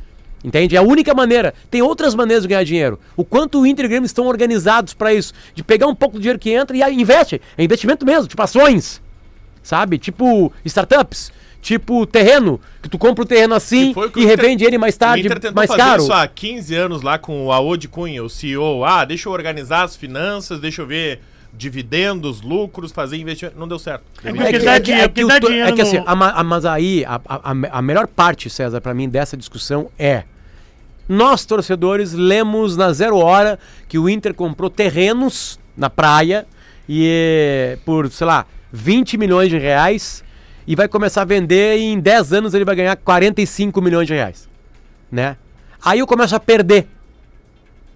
Speaker 2: Entende? É a única maneira. Tem outras maneiras de ganhar dinheiro. O quanto o Inter e o Grêmio estão organizados pra isso. De pegar um pouco do dinheiro que entra e aí investe. É investimento mesmo, tipo ações. Sabe? Tipo startups. Tipo terreno. Que tu compra o terreno assim
Speaker 5: Que foi o que
Speaker 2: e
Speaker 5: o Inter-
Speaker 2: revende ele mais tarde, mais
Speaker 5: fazer
Speaker 2: caro.
Speaker 5: isso há 15 anos lá com o Aô de Cunha, o CEO. Ah, deixa eu organizar as finanças, deixa eu ver dividendos, lucros, fazer investimento. Não deu certo.
Speaker 3: que
Speaker 2: É
Speaker 3: o que dá dinheiro- o que
Speaker 2: o
Speaker 3: dá
Speaker 2: to-
Speaker 3: dinheiro
Speaker 2: é que assim,
Speaker 3: no-
Speaker 2: a, ma- a- mas aí, a, a- a- a melhor parte, César, pra mim, dessa discussão é. Nós, torcedores, lemos na zero hora que o Inter comprou terrenos na praia e eh, por, sei lá, 20 milhões de reais e vai começar a vender e em 10 anos ele vai ganhar 45 milhões de reais. Né? Aí eu começo a perder.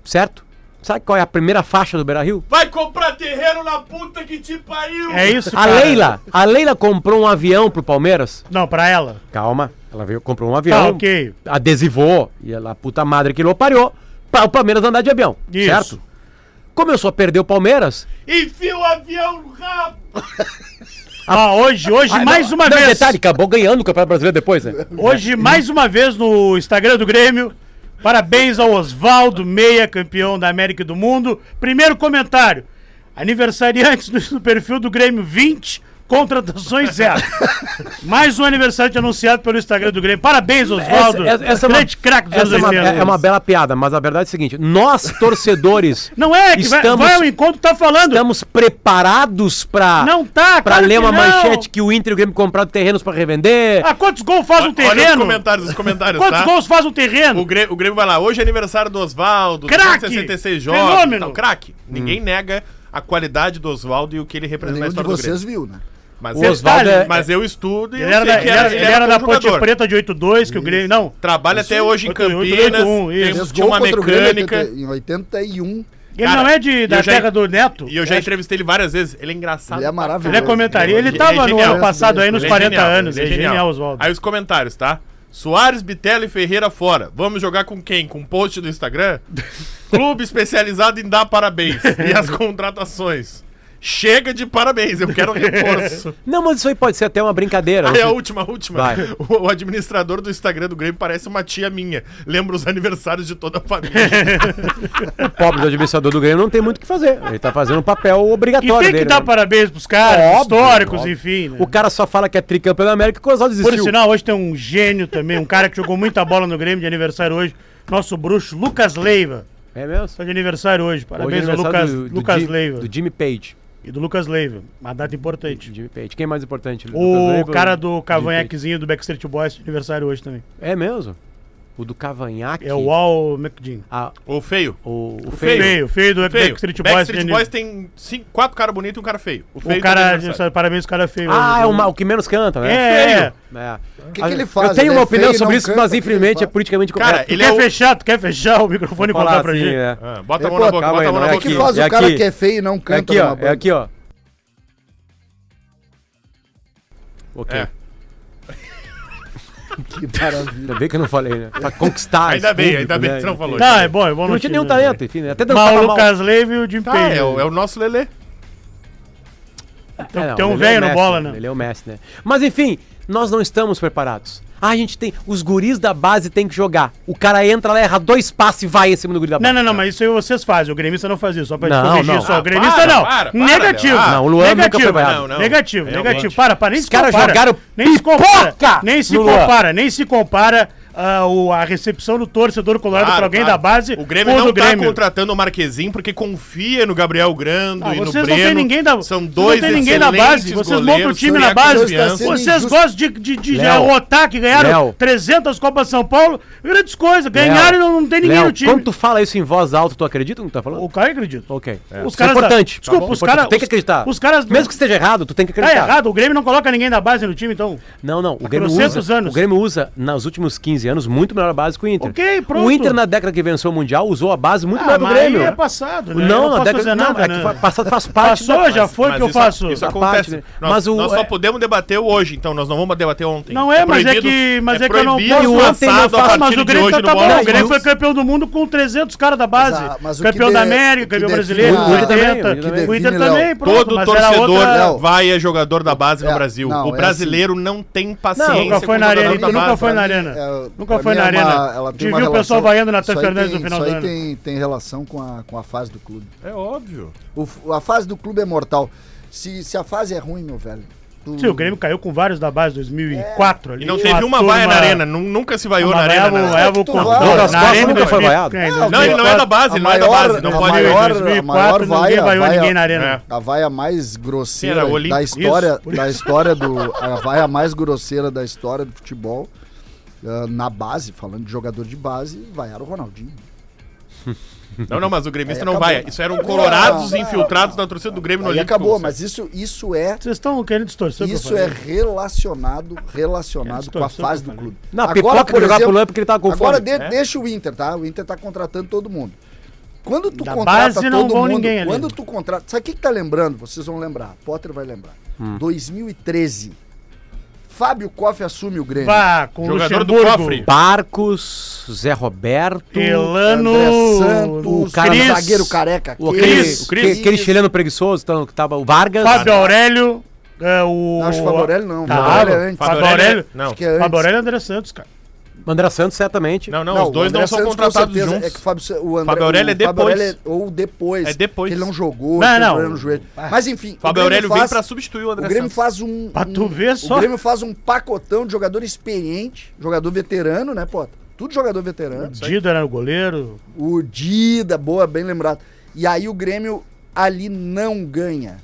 Speaker 2: Certo? Sabe qual é a primeira faixa do Beira Rio?
Speaker 5: Vai comprar terreno na puta que te pariu!
Speaker 3: É isso,
Speaker 2: A
Speaker 3: cara.
Speaker 2: Leila, a Leila comprou um avião pro Palmeiras.
Speaker 3: Não, pra ela.
Speaker 2: Calma, ela veio, comprou um avião,
Speaker 3: Tá, ok.
Speaker 2: adesivou, e ela, a puta madre que não pariu, para o Palmeiras andar de avião,
Speaker 3: Isso.
Speaker 2: certo? Começou a perder o Palmeiras.
Speaker 5: Enfia o avião no rabo!
Speaker 3: Ah, hoje, hoje,
Speaker 2: Ah,
Speaker 3: mais
Speaker 2: não,
Speaker 3: uma
Speaker 2: não,
Speaker 3: vez.
Speaker 2: detalhe, acabou ganhando o Campeonato Brasileiro depois, né?
Speaker 3: Hoje, mais uma vez no Instagram do Grêmio. Parabéns ao Oswaldo Meia, campeão da América e do Mundo. Primeiro comentário. Aniversariantes do- do perfil do Grêmio 20 Contratações zero. Mais um aniversário anunciado pelo Instagram do Grêmio. Parabéns, Oswaldo.
Speaker 2: Essa- essa é uma-
Speaker 3: Grande craque dos anos
Speaker 2: Essa é uma,
Speaker 3: 80.
Speaker 2: é uma bela piada, mas a verdade é a seguinte: nós, torcedores,
Speaker 3: Não é, que
Speaker 2: Estamos-
Speaker 3: vai, vai ao encontro, tá falando.
Speaker 2: estamos preparados pra,
Speaker 3: Não tá,
Speaker 2: Ah, pra
Speaker 3: claro
Speaker 2: ler
Speaker 3: que
Speaker 2: uma
Speaker 3: não.
Speaker 2: manchete que é- o Inter e o Grêmio compraram terrenos pra revender.
Speaker 3: Ah, quantos gols faz um
Speaker 5: Olha os
Speaker 3: terreno?
Speaker 5: comentários, os comentários,
Speaker 3: Quantos
Speaker 5: tá?
Speaker 3: gols faz um terreno?
Speaker 5: O Grêmio, o Grêmio vai lá, hoje é aniversário do Oswaldo,
Speaker 3: Craque!
Speaker 5: 266 jogos.
Speaker 3: Fenômeno!
Speaker 5: Então, craque. Ninguém nega a qualidade do Oswaldo e o que ele representa na
Speaker 6: Hum. Nenhum de
Speaker 5: história do
Speaker 6: vocês
Speaker 5: Grêmio.
Speaker 6: viu, né?
Speaker 5: Mas,
Speaker 2: O
Speaker 5: eu-
Speaker 2: Oswaldo é-
Speaker 5: mas eu estudo e
Speaker 3: né? Ele era, da, ele era- ele era da
Speaker 5: bom
Speaker 3: Ponte
Speaker 5: jogador.
Speaker 3: Preta de 8-2, que o Grêmio. Não.
Speaker 5: Trabalha até hoje em
Speaker 3: Oito- oito- oito-
Speaker 5: Campinas,
Speaker 3: oito- um,
Speaker 5: tem-
Speaker 3: isso.
Speaker 6: Fez
Speaker 5: tinha
Speaker 6: gol
Speaker 5: uma
Speaker 6: contra o Grêmio né? em
Speaker 5: mecânica.
Speaker 6: 80 em 81.
Speaker 3: Ele
Speaker 5: Cara,
Speaker 3: não é de, da
Speaker 5: eu já-
Speaker 3: terra do Neto.
Speaker 5: E eu já entrevistei ele várias vezes. Ele é engraçado.
Speaker 6: é Ele é
Speaker 5: pra
Speaker 6: maravilhoso.
Speaker 3: Ele é comentarista. Ele
Speaker 5: Ele é
Speaker 2: tá-
Speaker 3: tava no
Speaker 5: genial.
Speaker 3: ano passado aí nos
Speaker 5: Ele é
Speaker 3: 40
Speaker 5: genial,
Speaker 3: anos.
Speaker 5: ele
Speaker 3: É genial, Oswaldo.
Speaker 5: Aí os comentários, tá? Soares, Bitelo e Ferreira fora. Vamos jogar com quem? Com um post do Instagram? Clube especializado em dar parabéns. E as contratações. Chega de parabéns, eu quero reforço.
Speaker 2: Não, mas isso aí pode ser até uma brincadeira. né?
Speaker 3: Ah, é
Speaker 2: Assim,
Speaker 5: Aí a última, a última.
Speaker 2: Vai.
Speaker 5: O, o administrador do Instagram do Grêmio parece uma tia minha. Lembra os aniversários de toda a família.
Speaker 2: O pobre do administrador do Grêmio não tem muito o que fazer. Ele tá fazendo um papel
Speaker 3: E
Speaker 2: obrigatório
Speaker 3: tem que
Speaker 2: dele.
Speaker 3: dar
Speaker 2: né?
Speaker 3: parabéns pros caras,
Speaker 2: Óbvio,
Speaker 3: históricos,
Speaker 2: óbvio.
Speaker 3: enfim. né?
Speaker 2: O cara só fala que é tricampeão da América e o Oswaldo
Speaker 3: Por
Speaker 2: desistiu.
Speaker 3: sinal, hoje tem um gênio também, um cara que jogou muita bola no Grêmio de aniversário hoje. Nosso bruxo, Lucas Leiva.
Speaker 2: É mesmo?
Speaker 3: Tá de aniversário
Speaker 2: Hoje
Speaker 3: hoje.
Speaker 2: é
Speaker 3: Parabéns ao
Speaker 2: aniversário
Speaker 3: Lucas,
Speaker 2: do, do
Speaker 3: Lucas
Speaker 2: Jim-
Speaker 3: Leiva.
Speaker 2: do Jimmy Page.
Speaker 3: E do Lucas Leiva. Uma data importante.
Speaker 2: Jimmy Page. Quem é mais importante?
Speaker 3: O
Speaker 2: Lucas Leiva
Speaker 3: cara
Speaker 2: ou
Speaker 3: do
Speaker 2: Jimmy Page?
Speaker 3: cavanhaquezinho do Backstreet Boys de aniversário hoje também.
Speaker 2: É mesmo? O do Cavanhaque.
Speaker 3: É o Al McDean.
Speaker 2: Ah,
Speaker 5: Ô, feio.
Speaker 2: o, o
Speaker 5: feio.
Speaker 2: feio.
Speaker 3: Feio, feio do
Speaker 5: Feio.
Speaker 3: Backstreet Boys.
Speaker 5: Backstreet
Speaker 3: de
Speaker 5: Boys tem cinco, quatro caras bonitos e um cara feio. feio
Speaker 3: O
Speaker 5: tá de
Speaker 3: cara,
Speaker 5: aniversário.
Speaker 3: parabéns, o cara feio.
Speaker 2: Ah,
Speaker 3: hoje.
Speaker 2: é o, ma- o que menos canta, né?
Speaker 3: É, é.
Speaker 2: É.
Speaker 6: O que, que ele faz?
Speaker 2: Eu tenho
Speaker 6: Ele
Speaker 2: uma
Speaker 6: é
Speaker 2: opinião
Speaker 6: feio,
Speaker 2: sobre
Speaker 6: não
Speaker 2: isso,
Speaker 6: canta,
Speaker 2: mas
Speaker 6: o que que infelizmente
Speaker 2: infelizmente
Speaker 6: ele
Speaker 2: é
Speaker 6: faz?
Speaker 2: politicamente
Speaker 5: Cara,
Speaker 2: correto.
Speaker 3: Tu
Speaker 5: ele
Speaker 3: quer
Speaker 5: é o-
Speaker 3: fechar, tu quer fechar o microfone e
Speaker 2: Falar
Speaker 3: é contar pra
Speaker 2: assim,
Speaker 3: gente?
Speaker 2: né?
Speaker 5: Ah, bota a
Speaker 6: É,
Speaker 5: mão na
Speaker 6: pô,
Speaker 5: boca,
Speaker 2: calma
Speaker 5: bota
Speaker 2: aí,
Speaker 5: a mão
Speaker 2: não
Speaker 5: na
Speaker 2: é
Speaker 5: boca.
Speaker 6: O que, que
Speaker 2: aqui,
Speaker 6: faz
Speaker 2: é
Speaker 6: o cara
Speaker 2: aqui.
Speaker 6: que é feio e não
Speaker 2: É
Speaker 6: canta?
Speaker 2: aqui,
Speaker 6: numa
Speaker 2: ó. É
Speaker 6: banda?
Speaker 2: aqui, ó. Ok.
Speaker 5: É.
Speaker 6: Que maravilha.
Speaker 2: Ainda bem que eu não falei, né? Pra conquistar.
Speaker 5: Ainda
Speaker 2: esse
Speaker 5: bem,
Speaker 2: público,
Speaker 5: ainda bem
Speaker 2: né?
Speaker 5: que você não falou
Speaker 3: Tá,
Speaker 5: isso.
Speaker 3: é bom, é bom.
Speaker 2: Eu não tinha nenhum talento, enfim, né? Até
Speaker 3: Mas
Speaker 2: dançava
Speaker 3: o
Speaker 2: mal.
Speaker 3: Lucas Leiva e o Jim
Speaker 5: Tá,
Speaker 3: Page.
Speaker 5: é, o, é o nosso Lelê.
Speaker 2: É, não,
Speaker 3: tem
Speaker 2: ele é
Speaker 3: um
Speaker 2: o
Speaker 3: velho no
Speaker 2: Messi,
Speaker 3: bola, né?
Speaker 2: Ele é o Messi, né? Mas enfim, nós não estamos preparados. Ah, a gente tem. Os guris da base tem que jogar. O cara entra lá, erra dois passos e vai em cima do guri da
Speaker 3: Não,
Speaker 2: base.
Speaker 3: não, não, mas isso aí vocês fazem. O gremista não faz isso, só pra
Speaker 2: Não,
Speaker 3: te corrigir
Speaker 2: não.
Speaker 3: só.
Speaker 5: Ah,
Speaker 3: O gremista
Speaker 5: para,
Speaker 3: não.
Speaker 5: para, para,
Speaker 3: negativo.
Speaker 5: Léo. Ah,
Speaker 2: não, o Luan nunca
Speaker 3: negativo.
Speaker 2: foi vaiado.
Speaker 5: Não, não.
Speaker 3: Negativo,
Speaker 5: Realmente.
Speaker 3: negativo. Para, para, nem
Speaker 2: Os caras jogaram
Speaker 3: Nem se compara.
Speaker 2: pipoca
Speaker 3: Nem se
Speaker 2: no Luan.
Speaker 3: compara, nem se compara ah, o- a recepção do torcedor colorado
Speaker 5: Claro,
Speaker 3: pra alguém
Speaker 5: claro.
Speaker 3: da base
Speaker 5: O Grêmio
Speaker 3: ou
Speaker 5: não
Speaker 3: do
Speaker 5: tá
Speaker 3: Grêmio.
Speaker 5: contratando o Marquezinho porque confia no Gabriel Grando
Speaker 3: Ah,
Speaker 5: e no
Speaker 3: vocês
Speaker 5: Breno.
Speaker 3: não tem ninguém da-
Speaker 5: São
Speaker 3: vocês
Speaker 5: dois
Speaker 3: não tem ninguém na
Speaker 5: excelentes
Speaker 3: base, vocês montam
Speaker 5: goleiros,
Speaker 3: o time
Speaker 5: são
Speaker 3: na
Speaker 5: a
Speaker 3: base.
Speaker 5: confiança.
Speaker 6: Vocês
Speaker 3: Vocês
Speaker 6: Injusto.
Speaker 3: gostam de, de, de
Speaker 2: Léo.
Speaker 3: arrotar que ganharam
Speaker 2: Léo.
Speaker 3: 300 Copas São Paulo? Grandes coisas. Ganharam e não, não tem ninguém
Speaker 2: Léo,
Speaker 3: no time.
Speaker 2: Quando tu fala isso em voz alta, tu acredita no que tá falando?
Speaker 3: O cara acredita.
Speaker 2: Ok.
Speaker 3: Os
Speaker 2: Isso é
Speaker 3: caras
Speaker 2: importante.
Speaker 3: Desculpa,
Speaker 2: Tá bom?
Speaker 3: os caras.
Speaker 2: Tu tem que acreditar.
Speaker 3: Os caras.
Speaker 2: Mesmo que esteja errado, tu tem que
Speaker 3: Tá
Speaker 2: acreditar.
Speaker 3: errado, o Grêmio não coloca ninguém da base no time, então.
Speaker 2: Não, não. O Grêmio,
Speaker 3: 400
Speaker 2: usa,
Speaker 3: anos.
Speaker 2: o Grêmio usa, nos últimos 15 anos, muito melhor a base que o Inter.
Speaker 3: Ok, pronto.
Speaker 2: O Inter, na década que venceu o Mundial, usou a base muito
Speaker 3: Ah,
Speaker 2: melhor do
Speaker 3: mas aí
Speaker 2: Grêmio.
Speaker 3: é passado, né? Eu
Speaker 2: Não,
Speaker 3: não
Speaker 2: na
Speaker 3: posso
Speaker 2: década.
Speaker 3: fazer
Speaker 2: Não,
Speaker 3: nada,
Speaker 2: é que
Speaker 3: né?
Speaker 2: fa- passa- faz parte.
Speaker 3: Passou,
Speaker 2: da-
Speaker 3: já foi o que eu
Speaker 5: isso-
Speaker 3: faço.
Speaker 5: Isso
Speaker 2: Da
Speaker 5: acontece.
Speaker 2: parte, né?
Speaker 5: nós,
Speaker 2: Mas o-
Speaker 5: nós só
Speaker 2: é-
Speaker 5: podemos debater hoje, então. Nós não vamos debater ontem.
Speaker 3: Não é, mas é
Speaker 5: proibido-
Speaker 3: que- mas é que eu não
Speaker 5: proibido
Speaker 3: posso-
Speaker 5: o
Speaker 2: ontem não
Speaker 5: assado
Speaker 2: faço,
Speaker 5: a partir
Speaker 3: Mas o
Speaker 5: de
Speaker 3: Grêmio
Speaker 5: hoje
Speaker 3: tá,
Speaker 5: no
Speaker 3: tá bom.
Speaker 5: Bola.
Speaker 3: O Grêmio
Speaker 2: Mas
Speaker 3: foi
Speaker 2: o-
Speaker 3: campeão do mundo com 300 caras da base.
Speaker 6: Mas a- mas o que
Speaker 3: campeão
Speaker 6: de-
Speaker 3: da
Speaker 6: o
Speaker 3: América,
Speaker 6: que
Speaker 3: campeão
Speaker 6: define-
Speaker 3: brasileiro.
Speaker 2: o que
Speaker 3: O
Speaker 2: define,
Speaker 3: 80.
Speaker 2: o que define,
Speaker 3: O Inter
Speaker 6: Léo.
Speaker 3: também, pronto.
Speaker 5: Todo
Speaker 3: mas era
Speaker 5: torcedor
Speaker 3: outra-
Speaker 6: Léo.
Speaker 5: vai é jogador da base
Speaker 6: É,
Speaker 5: no Brasil.
Speaker 6: não,
Speaker 5: o
Speaker 6: é
Speaker 5: brasileiro
Speaker 2: assim.
Speaker 5: não tem paciência.
Speaker 3: nunca foi
Speaker 5: com
Speaker 3: na
Speaker 5: o jogador
Speaker 3: arena,
Speaker 5: da
Speaker 3: nunca
Speaker 5: base.
Speaker 3: foi na
Speaker 6: Pra mim,
Speaker 3: arena.
Speaker 6: é,
Speaker 3: Nunca
Speaker 6: pra
Speaker 3: foi
Speaker 6: mim
Speaker 3: na
Speaker 6: é uma-
Speaker 3: arena.
Speaker 6: ela
Speaker 3: Te
Speaker 6: tem uma
Speaker 3: viu o pessoal
Speaker 6: relação-
Speaker 3: vaiando na
Speaker 6: isso aí
Speaker 3: Tânia Fernandes no
Speaker 6: tem-
Speaker 3: final do
Speaker 6: Isso aí
Speaker 3: ano.
Speaker 6: tem, tem relação com a, com a fase do clube.
Speaker 5: É óbvio.
Speaker 6: O f- a fase do clube é mortal. Se, se a fase é ruim, meu velho. tu-
Speaker 3: Sim, o Grêmio caiu com vários da base 2004 ali.
Speaker 5: E não teve uma
Speaker 3: turma-
Speaker 5: vaia na arena. nu- Nunca se vaiou
Speaker 3: Uma é
Speaker 5: na arena.
Speaker 3: vaiava-
Speaker 5: né?
Speaker 3: vaiava o
Speaker 6: Tu
Speaker 3: Cordona.
Speaker 6: vai. Douglas
Speaker 3: Na
Speaker 2: Costa
Speaker 3: arena
Speaker 2: nunca foi
Speaker 3: 2000,
Speaker 2: vaiado?
Speaker 3: é, em
Speaker 6: Não,
Speaker 5: Não, ele não é da base,
Speaker 6: A
Speaker 5: ele não é da
Speaker 6: maior-
Speaker 5: base. Não
Speaker 6: a
Speaker 5: pode
Speaker 6: maior-
Speaker 5: ir.
Speaker 6: a maior
Speaker 3: 2004
Speaker 6: vaia-
Speaker 3: ninguém vaiou
Speaker 6: vaia-
Speaker 3: ninguém na arena.
Speaker 5: É.
Speaker 6: A vaia mais
Speaker 5: Era
Speaker 6: grosseira
Speaker 5: olímpico,
Speaker 6: da
Speaker 5: isso,
Speaker 6: história, da história do a vaia mais grosseira da história do futebol ah, na base, falando de jogador de base, vaiaram o Ronaldinho.
Speaker 5: Não, não, mas o gremista
Speaker 6: Aí
Speaker 5: não
Speaker 6: acabou.
Speaker 5: vai. Isso eram colorados infiltrados na torcida do Grêmio no
Speaker 6: Aí
Speaker 5: Olímpico.
Speaker 6: acabou, mas isso isso é
Speaker 3: Vocês estão querendo distorcer o que eu
Speaker 6: isso
Speaker 3: falei.
Speaker 6: é relacionado relacionado
Speaker 3: É,
Speaker 6: com a
Speaker 3: distorção
Speaker 6: fase
Speaker 3: que
Speaker 6: do
Speaker 3: eu
Speaker 6: clube.
Speaker 2: Não, a pipoca que jogava pro Luan porque ele tava com
Speaker 6: Agora
Speaker 2: fome. É.
Speaker 6: de- deixa o Inter, tá? O Inter tá contratando todo mundo. Quando tu
Speaker 3: Da
Speaker 6: contrata
Speaker 3: base
Speaker 6: todo
Speaker 3: não vão
Speaker 6: mundo,
Speaker 3: ninguém ali.
Speaker 6: quando tu contrata, sabe o que, que tá lembrando? Vocês vão lembrar. Potter vai lembrar.
Speaker 2: Hum.
Speaker 6: 2013. Fábio Koff assume o Grêmio.
Speaker 3: Vá, com o
Speaker 5: Jogador do
Speaker 3: Luxemburgo,
Speaker 5: cofre.
Speaker 2: Barcos, Zé Roberto.
Speaker 3: Elano,
Speaker 6: André Santos,
Speaker 2: o cara
Speaker 3: Cris,
Speaker 6: zagueiro careca.
Speaker 2: O aquele,
Speaker 3: Cris,
Speaker 2: o que- aquele chileno preguiçoso então, que tava. O Vargas.
Speaker 3: Fábio Aurélio, é, o...
Speaker 6: Não, acho que o Favorelli não.
Speaker 3: Tá,
Speaker 6: Favorelli é antes.
Speaker 3: Fábio Aurélio.
Speaker 5: Não.
Speaker 6: Acho que é antes.
Speaker 3: Fábio Aurélio e André Santos, cara.
Speaker 2: André Santos, certamente.
Speaker 5: Não, não, os dois
Speaker 6: o André
Speaker 5: não são
Speaker 6: Santos, com
Speaker 5: contratados
Speaker 6: certeza,
Speaker 5: juntos.
Speaker 6: É que o Fábio, Sa- o André,
Speaker 5: Fábio Aurélio
Speaker 6: o
Speaker 5: é depois.
Speaker 6: Fábio Aurélio ou depois.
Speaker 5: É depois.
Speaker 6: que Ele não jogou,
Speaker 3: Não,
Speaker 6: ele tem
Speaker 3: não.
Speaker 6: problema no joelho. Mas enfim,
Speaker 5: Fábio
Speaker 6: o Grêmio
Speaker 5: Aurélio veio
Speaker 6: faz-
Speaker 5: pra substituir o André
Speaker 6: O Grêmio
Speaker 5: Santos.
Speaker 6: faz um.
Speaker 3: Pra tu
Speaker 6: um-
Speaker 3: ver só.
Speaker 6: O Grêmio faz um pacotão de jogador experiente, jogador veterano, né, pô? Tudo jogador veterano.
Speaker 3: Dida era o goleiro.
Speaker 6: O Dida, boa, bem lembrado. E aí o Grêmio ali não ganha.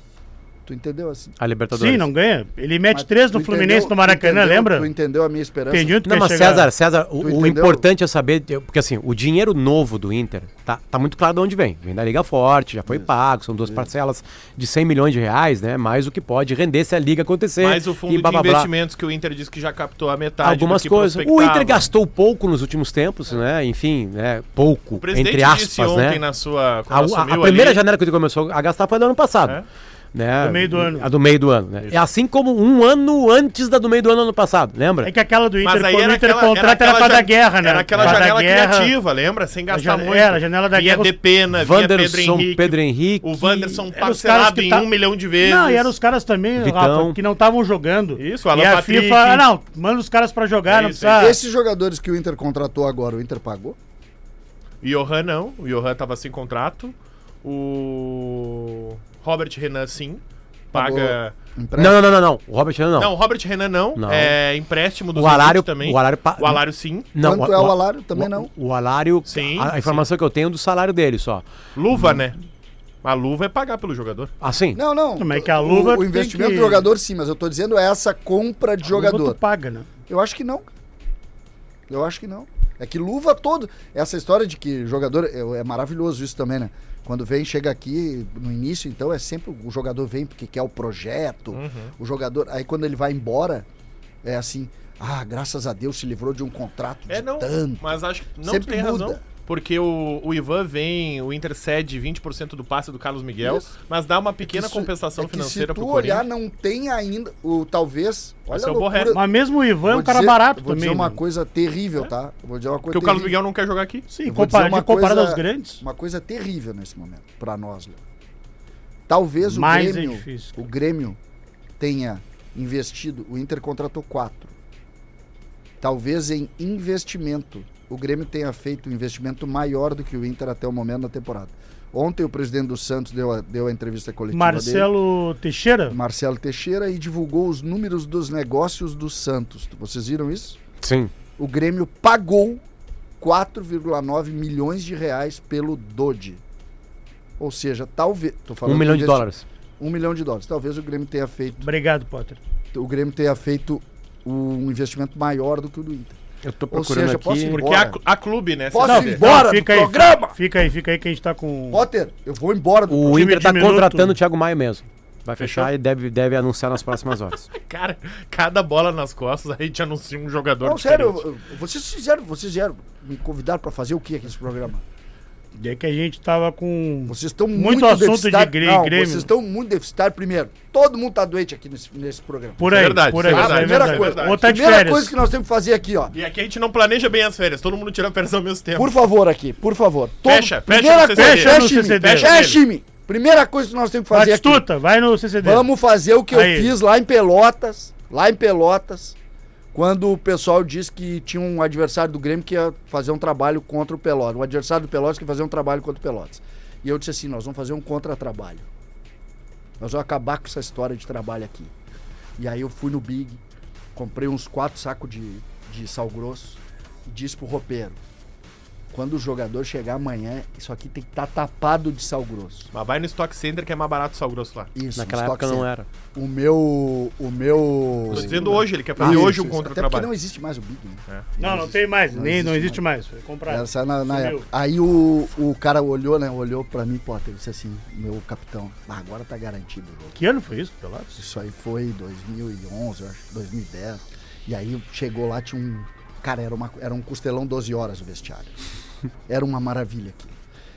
Speaker 6: Tu entendeu assim?
Speaker 2: A Libertadores.
Speaker 3: Sim, não ganha. Ele mete
Speaker 6: Mas
Speaker 3: três
Speaker 6: tu
Speaker 3: no Fluminense
Speaker 6: entendeu-
Speaker 3: no Maracanã,
Speaker 6: tu entendeu-
Speaker 3: lembra?
Speaker 6: Tu entendeu a minha esperança?
Speaker 3: Entendi onde tu
Speaker 2: Não,
Speaker 3: quer
Speaker 2: mas
Speaker 3: chegar.
Speaker 2: César, César, o- o,
Speaker 6: entendeu?
Speaker 2: importante é saber, eu- porque assim, o dinheiro novo do Inter, tá, tá muito claro de onde vem. Vem da Liga Forte, já foi pago, são duas parcelas de 100 milhões de reais, né? Mais o que pode render se a Liga acontecer.
Speaker 5: Mas o fundo
Speaker 2: e blá,
Speaker 5: de
Speaker 2: blá, blá.
Speaker 5: investimentos que o Inter disse que já captou a metade. do
Speaker 2: Algumas
Speaker 5: que
Speaker 2: coisas. O
Speaker 5: prospectava.
Speaker 2: Inter gastou pouco nos últimos tempos, né? Enfim, né? Pouco,
Speaker 5: O presidente
Speaker 2: entre
Speaker 5: disse
Speaker 2: aspas, né?
Speaker 5: ontem na sua.
Speaker 2: A, a-
Speaker 5: quando
Speaker 2: a
Speaker 5: assumiu
Speaker 2: primeira
Speaker 5: ali,
Speaker 2: janela que o Inter começou a gastar foi do ano passado.
Speaker 5: É.
Speaker 2: Né?
Speaker 3: Do meio do ano.
Speaker 2: A do meio do ano. Né? É assim como um ano antes da do meio do ano ano passado, lembra?
Speaker 3: É que aquela do Inter,
Speaker 5: Mas aí
Speaker 3: quando o
Speaker 5: era
Speaker 3: Inter
Speaker 5: aquela,
Speaker 3: contrata, era,
Speaker 5: aquela
Speaker 3: pra dar
Speaker 5: jan-
Speaker 3: guerra, né?
Speaker 5: Era aquela
Speaker 3: Pra dar
Speaker 5: janela
Speaker 3: guerra.
Speaker 5: criativa, lembra? Sem gastar
Speaker 3: janela-
Speaker 5: muito.
Speaker 3: era, a janela da
Speaker 5: via
Speaker 3: guerra, os-
Speaker 5: Depena, via Pedro
Speaker 2: Wanderson,
Speaker 5: Henrique.
Speaker 2: Pedro Henrique.
Speaker 5: O Wanderson
Speaker 3: Eram os caras
Speaker 5: parcelado
Speaker 3: que
Speaker 5: em
Speaker 3: tá-
Speaker 5: um milhão de vezes.
Speaker 3: Não, e eram os caras também,
Speaker 2: Vitão.
Speaker 3: Rafa, que não estavam jogando.
Speaker 5: Isso, Alan
Speaker 3: E a
Speaker 5: Patrick.
Speaker 3: FIFA, ah, não, manda os caras pra jogar,
Speaker 5: É
Speaker 3: não
Speaker 5: isso,
Speaker 3: precisa...
Speaker 6: Esses jogadores que o Inter contratou agora, o Inter pagou?
Speaker 5: Johan não. O Johan tava sem contrato. O. Robert Renan, sim. Paga.
Speaker 6: Empréstimo?
Speaker 2: Não, não, não, não, não. O Robert Renan não.
Speaker 5: Não, o Robert Renan não.
Speaker 2: Não.
Speaker 5: É empréstimo do
Speaker 2: O Alário-
Speaker 5: também.
Speaker 2: o Alário pa-
Speaker 5: O Alário, sim.
Speaker 2: Não,
Speaker 6: Quanto é o salário? Também
Speaker 2: o-
Speaker 6: não.
Speaker 2: O salário,
Speaker 5: Sim,
Speaker 2: a, a informação que eu tenho é do salário dele só.
Speaker 5: Luva, né? A luva é pagar pelo jogador.
Speaker 2: Assim,
Speaker 6: Não, não.
Speaker 3: Como é que a luva
Speaker 6: O, o
Speaker 3: tem
Speaker 6: investimento
Speaker 3: que-
Speaker 6: do jogador, sim, mas eu tô dizendo é essa compra de
Speaker 3: Luva
Speaker 6: jogador.
Speaker 3: tu paga, né?
Speaker 6: Eu acho que não. Eu acho que não. É que luva todo. Essa história de que jogador. É, é maravilhoso isso também, né? Quando vem, chega aqui, no início, então, é sempre. O jogador vem porque quer o projeto. O jogador. Aí quando ele vai embora, é assim. Ah, graças a Deus se livrou de um contrato de
Speaker 5: É, não.
Speaker 6: tanto.
Speaker 5: Mas acho que não
Speaker 6: Sempre
Speaker 5: tem
Speaker 6: muda.
Speaker 5: razão. Porque o, o Ivan vem, o Inter cede 20% do passe do Carlos Miguel, mas dá uma pequena
Speaker 6: Isso-
Speaker 5: compensação
Speaker 6: é que
Speaker 5: financeira
Speaker 6: se
Speaker 5: pro
Speaker 6: tu olhar,
Speaker 5: Corinthians.
Speaker 6: não tem ainda. O, talvez. Olha
Speaker 5: ser
Speaker 6: a
Speaker 5: o Borré.
Speaker 6: loucura.
Speaker 3: Mas mesmo o Ivan é um
Speaker 6: Vou
Speaker 3: cara
Speaker 6: dizer-
Speaker 3: barato
Speaker 6: vou
Speaker 3: também,
Speaker 6: dizer uma
Speaker 3: né?
Speaker 6: coisa terrível, tá? Vou dizer uma coisa
Speaker 5: Porque o Carlos
Speaker 6: terrível.
Speaker 5: Miguel não quer jogar aqui.
Speaker 3: Sim,
Speaker 6: Eu vou dizer
Speaker 3: compara-
Speaker 6: uma
Speaker 3: de comparado
Speaker 6: coisa-
Speaker 3: aos grandes.
Speaker 6: Uma coisa terrível nesse momento, pra nós. Léo. Talvez
Speaker 3: Mais
Speaker 6: o
Speaker 3: é
Speaker 6: Grêmio,
Speaker 3: difícil,
Speaker 6: o Grêmio tenha investido, o Inter contratou quatro. Talvez em investimento, o Grêmio tenha feito um investimento maior do que o Inter até o momento da temporada. Ontem o presidente do Santos deu a, deu a entrevista coletiva dele,
Speaker 3: Marcelo Teixeira?
Speaker 6: Marcelo Teixeira, e divulgou os números dos negócios do Santos. Vocês viram isso?
Speaker 2: sim. Um
Speaker 6: o Grêmio pagou 4,9 milhões de reais pelo Dodi. Ou seja, talvez. tô falando
Speaker 2: Um milhão de
Speaker 6: investi-
Speaker 2: dólares.
Speaker 6: Um milhão de dólares. Talvez o Grêmio tenha feito.
Speaker 3: Obrigado, Potter.
Speaker 6: O Grêmio tenha feito um investimento maior do que o do Inter.
Speaker 2: Eu tô
Speaker 6: Ou
Speaker 2: procurando
Speaker 6: seja,
Speaker 2: aqui.
Speaker 6: posso ir
Speaker 5: Porque há
Speaker 6: embora.
Speaker 5: há clube, né?
Speaker 6: Posso
Speaker 5: Você
Speaker 6: ir
Speaker 5: vê.
Speaker 6: embora do
Speaker 3: fica aí,
Speaker 6: programa?
Speaker 3: fica- Fica aí, fica aí que a gente tá com...
Speaker 6: Potter, eu vou embora do
Speaker 2: O
Speaker 3: time
Speaker 2: Inter tá
Speaker 3: diminuto.
Speaker 2: contratando o Thiago Maia mesmo. Vai fechar e deve, deve anunciar nas próximas horas.
Speaker 5: Cara, cada bola nas costas, a gente anuncia um jogador
Speaker 6: Não, sério,
Speaker 5: diferente.
Speaker 6: eu- eu- vocês fizeram, vocês vieram me convidar pra fazer o que aqui nesse programa?
Speaker 3: É que a gente tava com...
Speaker 6: Vocês estão
Speaker 3: Muito
Speaker 6: muito,
Speaker 3: assunto de
Speaker 6: deficitário-
Speaker 3: Grê-
Speaker 6: Não,
Speaker 3: Grêmio.
Speaker 6: Vocês estão muito deficitários primeiro. Todo mundo tá doente aqui nesse, nesse programa. Ah,
Speaker 3: Por aí,
Speaker 5: Verdade,
Speaker 3: por aí.
Speaker 5: isso é
Speaker 3: isso aí
Speaker 5: verdade,
Speaker 6: primeira
Speaker 5: é
Speaker 6: coisa,
Speaker 5: verdade.
Speaker 3: Ou tá de
Speaker 6: primeira
Speaker 3: férias.
Speaker 6: coisa que nós temos que fazer aqui, ó.
Speaker 5: E aqui a gente não planeja bem as férias, todo mundo tira férias ao mesmo tempo.
Speaker 6: Por favor, aqui, por favor. Todo-
Speaker 5: Fecha, fecha
Speaker 6: primeira
Speaker 5: no
Speaker 6: coisa,
Speaker 5: CCD.
Speaker 6: fecha,
Speaker 3: Fecha no
Speaker 6: time,
Speaker 3: CCD.
Speaker 6: fecha,
Speaker 5: Fecha
Speaker 6: time. Primeira coisa que nós temos que fazer aqui.
Speaker 3: Batistuta, Tá vai no CCD.
Speaker 6: Vamos fazer o que
Speaker 3: Aí.
Speaker 6: eu fiz lá em Pelotas, lá em Pelotas, quando o pessoal disse que tinha um adversário do Grêmio que ia fazer um trabalho contra o Pelotas. O adversário do Pelotas que ia fazer um trabalho contra o Pelotas. E eu disse assim, nós vamos fazer um contra-trabalho. Nós vamos acabar com essa história de trabalho aqui. E aí eu fui no Big, comprei uns quatro sacos de, de sal grosso e disse pro roupeiro, quando o jogador chegar amanhã, isso aqui tem que estar tapado de sal grosso.
Speaker 5: Mas vai no Stock Center que é mais barato o sal grosso lá.
Speaker 6: Isso,
Speaker 2: Naquela
Speaker 6: um
Speaker 2: época
Speaker 6: estoque
Speaker 2: não
Speaker 6: certo.
Speaker 2: era.
Speaker 6: O meu. O meu. Ah,
Speaker 5: Tô dizendo hoje, ele quer fazer
Speaker 6: Isso,
Speaker 5: hoje um
Speaker 6: isso. Até porque
Speaker 5: contra-trabalho.
Speaker 6: não existe mais o Big,
Speaker 5: É.
Speaker 6: né?
Speaker 3: Não, não tem mais.
Speaker 6: Não
Speaker 3: nem, não
Speaker 6: existe
Speaker 3: existe mais. Foi comprado.
Speaker 6: Era só na, na
Speaker 3: Sumiu.
Speaker 6: época. Aí o, o cara olhou, né? Olhou pra mim, Potter, e disse assim: Meu capitão, "Ah, agora tá garantido o jogo.
Speaker 3: Que ano foi isso, Pelotas?
Speaker 6: Isso aí foi 2011, eu acho, 2010. E aí chegou lá, tinha um. Cara, era, uma, era um costelão 12 horas o vestiário. Era uma maravilha aqui.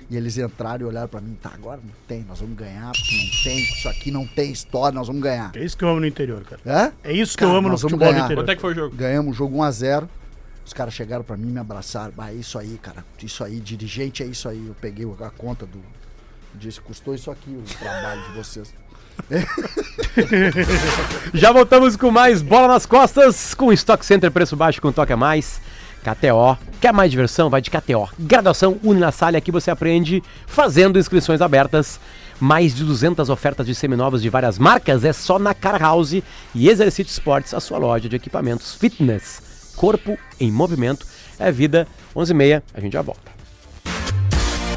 Speaker 6: E eles entraram e olharam pra mim: Tá, agora não tem, nós vamos ganhar, porque não tem, isso aqui não tem história, nós vamos ganhar.
Speaker 3: É isso que eu amo no interior, cara.
Speaker 6: Hã?
Speaker 3: É isso que
Speaker 6: Cara,
Speaker 3: eu amo no
Speaker 6: nós vamos
Speaker 3: futebol do
Speaker 6: ganhar.
Speaker 5: Quanto é
Speaker 3: interior.
Speaker 5: que foi o jogo?
Speaker 6: Ganhamos o jogo 1x0. Os caras chegaram pra mim, me abraçaram. Ah, é isso aí, cara. Isso aí, dirigente, é isso aí. Eu peguei a conta do. Disse, custou isso aqui o trabalho de vocês.
Speaker 2: Já voltamos com mais bola nas costas, com Stock Center, preço baixo com toque a mais. KTO. Quer mais diversão? Vai de KTO. Graduação Uninassalle, aqui você aprende fazendo inscrições abertas. Mais de 200 ofertas de seminovos de várias marcas é só na Car House e Exercite Sports, a sua loja de equipamentos fitness. Corpo em movimento é vida. 11h30, a gente já volta.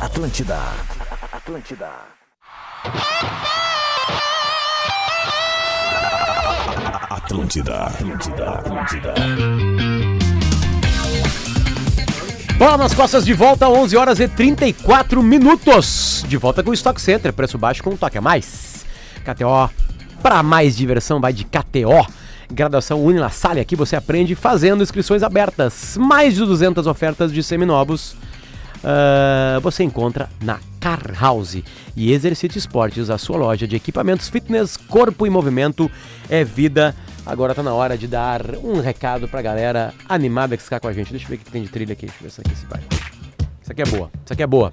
Speaker 1: Atlântida. Atlântida. Atlântida, Atlântida, Atlântida.
Speaker 2: Bola nas costas de volta, 11 horas e 34 minutos. De volta com o Stock Center, preço baixo com um toque a mais. KTO, para mais diversão, vai de KTO. Graduação Unilassalle, aqui você aprende fazendo inscrições abertas. Mais de 200 ofertas de seminovos ah, você encontra na Car House e Exercite Esportes, a sua loja de equipamentos fitness, corpo e movimento é vida. Agora tá na hora de dar um recado pra galera animada que está com a gente. Deixa eu ver o que tem de trilha aqui. Deixa eu ver se aqui se vai. Isso aqui é boa. Isso aqui é boa.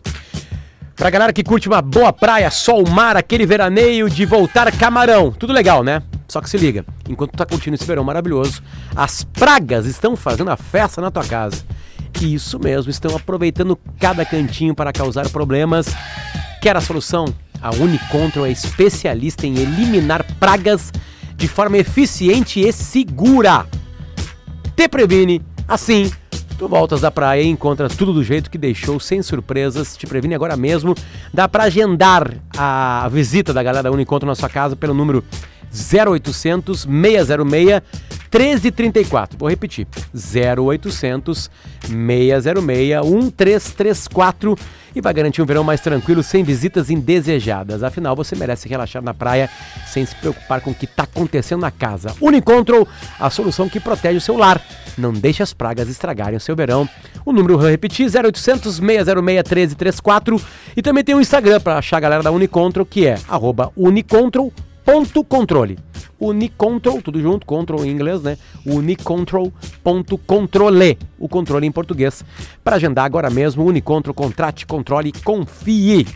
Speaker 2: Pra galera que curte uma boa praia, sol, mar, aquele veraneio de voltar camarão. Tudo legal, né? Só que se liga, enquanto tu tá curtindo esse verão maravilhoso, as pragas estão fazendo a festa na tua casa. E isso mesmo, estão aproveitando cada cantinho para causar problemas. Quer a solução? A Unicontrol é especialista em eliminar pragas de forma eficiente e segura te previne. Assim, tu voltas da praia e encontra tudo do jeito que deixou, sem surpresas. Te previne agora mesmo. Dá pra agendar a visita da galera da Unicontro na sua casa pelo número 0800 606 1334. Vou repetir. 0800 606 1334 e vai garantir um verão mais tranquilo, sem visitas indesejadas. Afinal, você merece relaxar na praia sem se preocupar com o que está acontecendo na casa. Unicontrol, a solução que protege o seu lar. Não deixe as pragas estragarem o seu verão. O número, vou repetir, 0800 606 1334. E também tem o Instagram para achar a galera da Unicontrol, que é arroba unicontrol unicontrol.controle. Unicontrol, tudo junto, control em inglês, né? Unicontrol.controle, o controle em português. Para agendar agora mesmo, Unicontrol, contrate, controle, confie.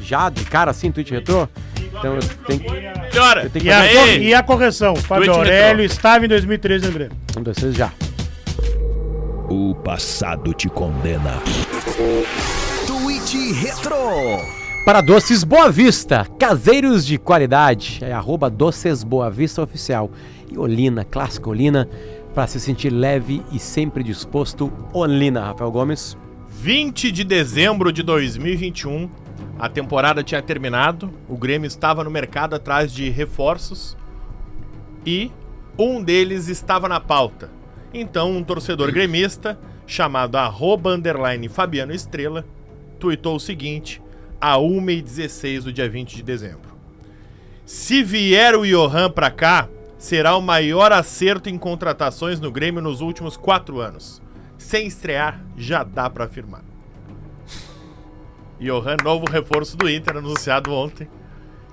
Speaker 2: Já de cara assim, tweet retrô? Então eu tenho que.
Speaker 5: Melhora.
Speaker 2: tenho que
Speaker 3: E a,
Speaker 2: fazer-
Speaker 5: Aê!
Speaker 3: cor- e a correção, Fábio
Speaker 5: Twitch
Speaker 3: Aurélio
Speaker 5: retrô.
Speaker 3: estava em 2013 no Grêmio.
Speaker 2: Um, dois, três, já.
Speaker 1: O passado te condena.
Speaker 4: Tweet Retro.
Speaker 2: Para Doces Boa Vista, caseiros de qualidade, é arroba Doces Boa Vista Oficial. E Olina, clássica Olina, para se sentir leve e sempre disposto, Olina, Rafael Gomes.
Speaker 5: 20 de dezembro de 2021, a temporada tinha terminado, o Grêmio estava no mercado atrás de reforços e um deles estava na pauta. Então, um torcedor gremista, chamado arroba underline Fabiano Estrela, tuitou o seguinte, a 1h16 do dia 20 de dezembro. Se vier o Johan pra cá, será o maior acerto em contratações no Grêmio nos últimos quatro anos. Sem estrear, já dá pra afirmar. Johan, novo reforço do Inter, anunciado ontem.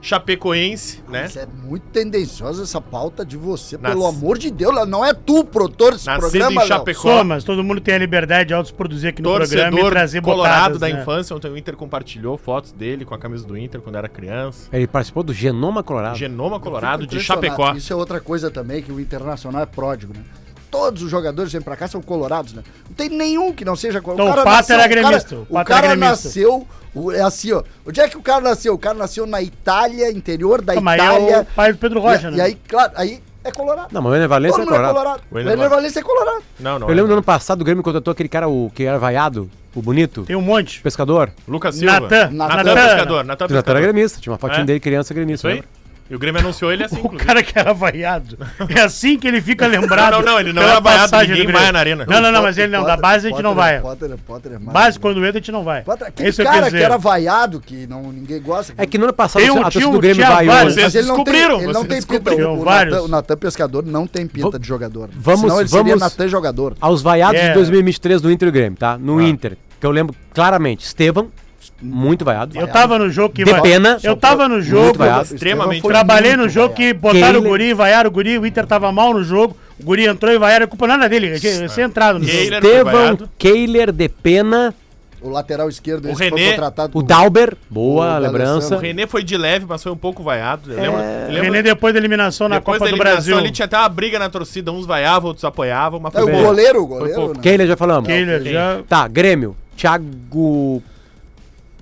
Speaker 5: Chapecoense, né?
Speaker 6: Isso é muito tendenciosa essa pauta de você,
Speaker 5: Nas-
Speaker 6: pelo amor de Deus. Não é tu, produtor desse
Speaker 5: Nascido
Speaker 6: programa,
Speaker 5: em
Speaker 6: não.
Speaker 5: Chapecó,
Speaker 3: Somas, todo mundo tem a liberdade de autoproduzir aqui no programa e
Speaker 5: torcedor
Speaker 3: trazer
Speaker 5: colorado
Speaker 3: botadas,
Speaker 5: da
Speaker 3: né?
Speaker 5: infância. Ontem o Inter compartilhou fotos dele com a camisa do Inter quando era criança.
Speaker 2: Ele participou do Genoma
Speaker 3: Ah.
Speaker 2: Colorado.
Speaker 5: Genoma colorado de
Speaker 6: Impressionado.
Speaker 5: Chapecó.
Speaker 6: Isso é outra coisa também, que o Internacional é pródigo, né? Todos os jogadores que vêm pra cá são colorados, né? Não tem nenhum que não seja colorado.
Speaker 3: Então, o Pato era gremista, o
Speaker 6: O cara,
Speaker 3: Pato era gremista.
Speaker 6: nasceu... o- é assim, ó. Onde é que o cara nasceu? O cara nasceu na Itália, interior da
Speaker 3: Ah, mas
Speaker 6: Itália.
Speaker 3: é o pai do Pedro Rocha,
Speaker 6: e,
Speaker 3: né?
Speaker 6: e aí, claro, aí é colorado.
Speaker 2: Não, mas o Ener
Speaker 6: Todo
Speaker 2: Valencia é
Speaker 6: mundo é
Speaker 2: colorado.
Speaker 6: colorado.
Speaker 5: O
Speaker 6: O
Speaker 5: Ener
Speaker 6: Ener Valencia é colorado.
Speaker 5: Não, não.
Speaker 2: Eu lembro no ano passado o Grêmio contratou aquele cara o, que era vaiado, o bonito,
Speaker 3: Tem um monte.
Speaker 2: o pescador.
Speaker 5: é. Lucas Silva.
Speaker 3: Natan.
Speaker 5: Natan, é
Speaker 6: Natan.
Speaker 5: pescador. Natan
Speaker 2: Ele era
Speaker 5: pescador.
Speaker 2: gremista, tinha uma fotinha
Speaker 5: É?
Speaker 2: dele criança gremista.
Speaker 5: Isso aí.
Speaker 2: lembra?
Speaker 5: E o Grêmio anunciou ele assim,
Speaker 3: O cara que era vaiado. É assim que ele fica lembrado.
Speaker 5: Não, não, não, ele não
Speaker 3: pela
Speaker 5: era vaiado,
Speaker 3: passagem
Speaker 5: ninguém
Speaker 3: do Grêmio.
Speaker 5: vai na arena.
Speaker 3: Não, não, não,
Speaker 6: Potter,
Speaker 3: mas ele não. Da
Speaker 6: Potter,
Speaker 3: base a gente não
Speaker 6: Potter é-
Speaker 3: vai.
Speaker 6: Potter, é- Potter é mais-
Speaker 3: Base quando entra a gente não vai.
Speaker 6: Potter- Aquele
Speaker 3: Esse é eu quero
Speaker 6: cara que
Speaker 3: dizer.
Speaker 6: era vaiado, que não, ninguém gosta. que
Speaker 2: É que no ano passado
Speaker 3: Tem um
Speaker 2: a torcida
Speaker 3: tio,
Speaker 2: do Grêmio
Speaker 3: tinha
Speaker 2: vaiou.
Speaker 3: vários.
Speaker 2: né?
Speaker 5: Vocês
Speaker 6: Mas ele não tem,
Speaker 5: descobriram, vocês
Speaker 6: ele não tem pinta.
Speaker 5: descobriram
Speaker 6: O, o,
Speaker 3: vários.
Speaker 6: Natan, o Natan Pescador não tem pinta de jogador.
Speaker 2: vamos-
Speaker 6: Senão ele seria
Speaker 2: vamos-
Speaker 6: Natan jogador.
Speaker 2: Aos vaiados
Speaker 3: É.
Speaker 2: de 2023 do Inter e Grêmio, tá? No Inter, que eu lembro claramente. Estevam, muito vaiado.
Speaker 3: Eu tava no jogo que
Speaker 2: De
Speaker 3: vai-
Speaker 2: pena.
Speaker 3: Eu tava no
Speaker 2: Muito
Speaker 3: jogo.
Speaker 2: vaiado.
Speaker 5: Extremamente.
Speaker 6: Foi
Speaker 3: Trabalhei no
Speaker 6: muito
Speaker 3: jogo
Speaker 6: vaiado.
Speaker 3: que botaram
Speaker 2: Kehler.
Speaker 3: o guri, vaiaram o guri, o Inter tava mal no jogo, o guri é entrou e vaiaram, a culpa não era dele, ele tinha recém entrado no jogo.
Speaker 5: Kehler.
Speaker 2: Estevam,
Speaker 5: vaiado.
Speaker 2: Keiler, de pena.
Speaker 6: O lateral esquerdo,
Speaker 5: O
Speaker 6: esse que
Speaker 5: René,
Speaker 6: foi contratado.
Speaker 2: O
Speaker 6: por-
Speaker 2: Dauber, boa
Speaker 6: O
Speaker 2: lembrança.
Speaker 5: O René foi de leve, mas foi um pouco vaiado.
Speaker 6: É.
Speaker 5: Lembra?
Speaker 3: O
Speaker 5: lembra-
Speaker 3: René, depois da eliminação na
Speaker 5: Depois
Speaker 3: Copa
Speaker 5: da
Speaker 3: do
Speaker 5: eliminação,
Speaker 3: Brasil.
Speaker 5: ali tinha até uma briga na torcida. Uns vaiavam, outros apoiavam. Mas
Speaker 6: É,
Speaker 5: foi
Speaker 6: o
Speaker 5: bom.
Speaker 6: goleiro, o
Speaker 5: Foi
Speaker 6: goleiro.
Speaker 5: pouco.
Speaker 6: né?
Speaker 2: Kehler, já falamos.
Speaker 3: Kehler
Speaker 5: Não,
Speaker 3: já.
Speaker 2: Tá, Grêmio. Thiago,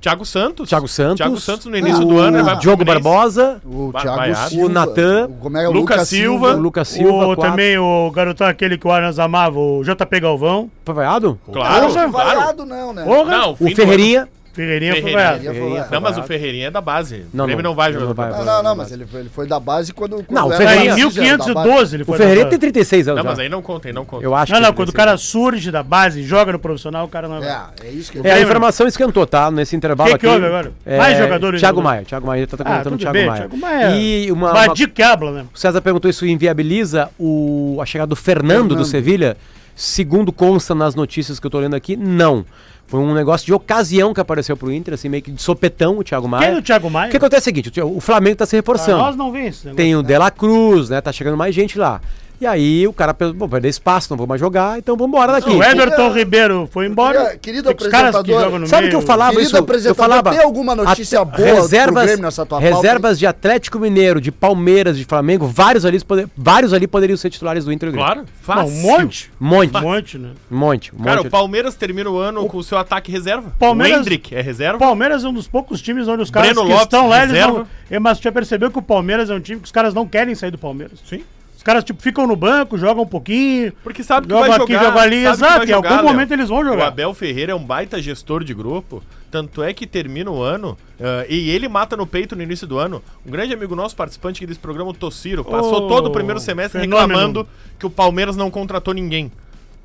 Speaker 5: Thiago Santos.
Speaker 2: Thiago Santos.
Speaker 5: Thiago Santos no início
Speaker 6: Ah,
Speaker 5: do ano.
Speaker 6: o
Speaker 5: ele vai pro
Speaker 2: Diogo
Speaker 5: Fluminense.
Speaker 2: Barbosa.
Speaker 6: O
Speaker 5: Ba-
Speaker 6: Thiago
Speaker 5: Baiado.
Speaker 6: Silva.
Speaker 2: O Natan.
Speaker 6: o- Como é que é? O
Speaker 5: Lucas
Speaker 6: Lucas
Speaker 5: Silva.
Speaker 6: Silva.
Speaker 2: O Lucas Silva.
Speaker 3: o, também o garotão aquele que o Arias amava, o JP Galvão.
Speaker 2: Foi vaiado?
Speaker 5: Claro, claro.
Speaker 6: Não, vaiado não, né?
Speaker 3: Porra,
Speaker 5: Não,
Speaker 2: O
Speaker 5: fim do
Speaker 2: Ferreirinha.
Speaker 3: Ferreirinha foi
Speaker 5: Ferreirinha.
Speaker 3: vaiado.
Speaker 6: Ele foi
Speaker 2: Ferreirinha.
Speaker 6: vaiado.
Speaker 5: ano. Não, mas o Ferreirinha é da base.
Speaker 2: Não,
Speaker 5: o Grêmio
Speaker 2: não.
Speaker 5: não, vai jogar.
Speaker 2: Não vai,
Speaker 6: Não,
Speaker 2: vai.
Speaker 5: Não,
Speaker 6: não, não, mas ele foi, ele foi da base quando. quando
Speaker 2: Não, o
Speaker 6: era
Speaker 3: Não, em
Speaker 2: Ferreirinha-
Speaker 6: base já, da base.
Speaker 3: 1512 ele
Speaker 2: O
Speaker 3: foi.
Speaker 2: Ferreirinha
Speaker 3: da
Speaker 2: tem
Speaker 3: base.
Speaker 2: 36 anos. já.
Speaker 5: mas aí não contei, não contei.
Speaker 2: Eu acho
Speaker 3: Não,
Speaker 2: que
Speaker 3: não, quando o
Speaker 2: 36.
Speaker 3: cara surge da base e joga no profissional, o cara não vai.
Speaker 6: É, é isso que ele
Speaker 2: É, a informação esquentou, tá? Nesse intervalo
Speaker 3: Que que
Speaker 2: aqui.
Speaker 3: houve agora?
Speaker 2: É,
Speaker 3: Mais jogadores
Speaker 2: Thiago
Speaker 3: jogando.
Speaker 2: Maia. Thiago Maia tá comentando
Speaker 3: tudo
Speaker 2: Thiago
Speaker 3: bem,
Speaker 2: Maia.
Speaker 3: Thiago Maia é-
Speaker 2: E uma, uma-
Speaker 3: Badi Cabla, né?
Speaker 2: o César perguntou isso inviabiliza o, a chegada do Fernando, do
Speaker 6: Fernando.
Speaker 2: Sevilha? Segundo consta nas notícias que eu tô lendo aqui, não. Foi um negócio de ocasião que apareceu pro Inter, assim, meio que de sopetão o Thiago Maia.
Speaker 3: Quem é o Thiago Maia?
Speaker 2: O que acontece é o seguinte, o Thi- o Flamengo tá se
Speaker 3: Ah,
Speaker 2: reforçando.
Speaker 3: Nós não vimos esse negócio.
Speaker 2: Tem o De La Cruz, né? Tá chegando mais gente lá. E aí o cara pensou, bom, perder espaço, não vou mais jogar, então vamos embora daqui.
Speaker 3: O Everton
Speaker 6: Eu-
Speaker 3: Ribeiro foi embora.
Speaker 6: Queria- querido
Speaker 3: Os caras que
Speaker 6: apresentador,
Speaker 3: jogam no
Speaker 2: Sabe o que
Speaker 3: meio-
Speaker 2: eu falava
Speaker 6: Querido
Speaker 2: isso? Eu
Speaker 6: apresentador,
Speaker 2: falava.
Speaker 6: tem alguma notícia
Speaker 2: at-
Speaker 6: boa pro
Speaker 2: reservas,
Speaker 6: Grêmio nessa tua pauta,
Speaker 2: Reservas de Atlético Mineiro, de Palmeiras, de Flamengo, vários ali, poder- vários ali poderiam ser titulares do Inter e do Grêmio.
Speaker 5: Claro,
Speaker 3: Não,
Speaker 5: fácil.
Speaker 3: um monte.
Speaker 2: Monte,
Speaker 3: Um
Speaker 2: monte,
Speaker 3: monte, né?
Speaker 2: monte.
Speaker 5: Cara, o Palmeiras termina o ano com o seu ataque reserva.
Speaker 3: Palmeiras-
Speaker 5: O Hendrick é
Speaker 3: O
Speaker 5: reserva.
Speaker 3: Palmeiras é um dos poucos times onde os caras
Speaker 5: Breno
Speaker 3: que
Speaker 5: Lopes,
Speaker 3: estão lá, eles
Speaker 5: reserva.
Speaker 3: não. É, Mas tu já percebeu que o Palmeiras é um time que os caras não querem sair do Palmeiras.
Speaker 5: Sim.
Speaker 3: Os caras, tipo, ficam no banco, jogam um pouquinho.
Speaker 5: Porque sabe que
Speaker 3: Joga
Speaker 5: vai
Speaker 3: aqui,
Speaker 5: jogar.
Speaker 3: joga ali,
Speaker 5: sabe que
Speaker 3: exato,
Speaker 5: vai
Speaker 3: em algum
Speaker 5: jogar, Léo.
Speaker 3: momento eles vão jogar.
Speaker 5: O Abel Ferreira é um baita gestor de grupo, tanto é que termina o ano ah, e ele mata no peito no início do ano. Um grande amigo nosso, participante aqui desse programa, o Tociro,
Speaker 3: Ô,
Speaker 5: passou todo o primeiro semestre
Speaker 3: fenômeno.
Speaker 5: reclamando que o Palmeiras não contratou ninguém.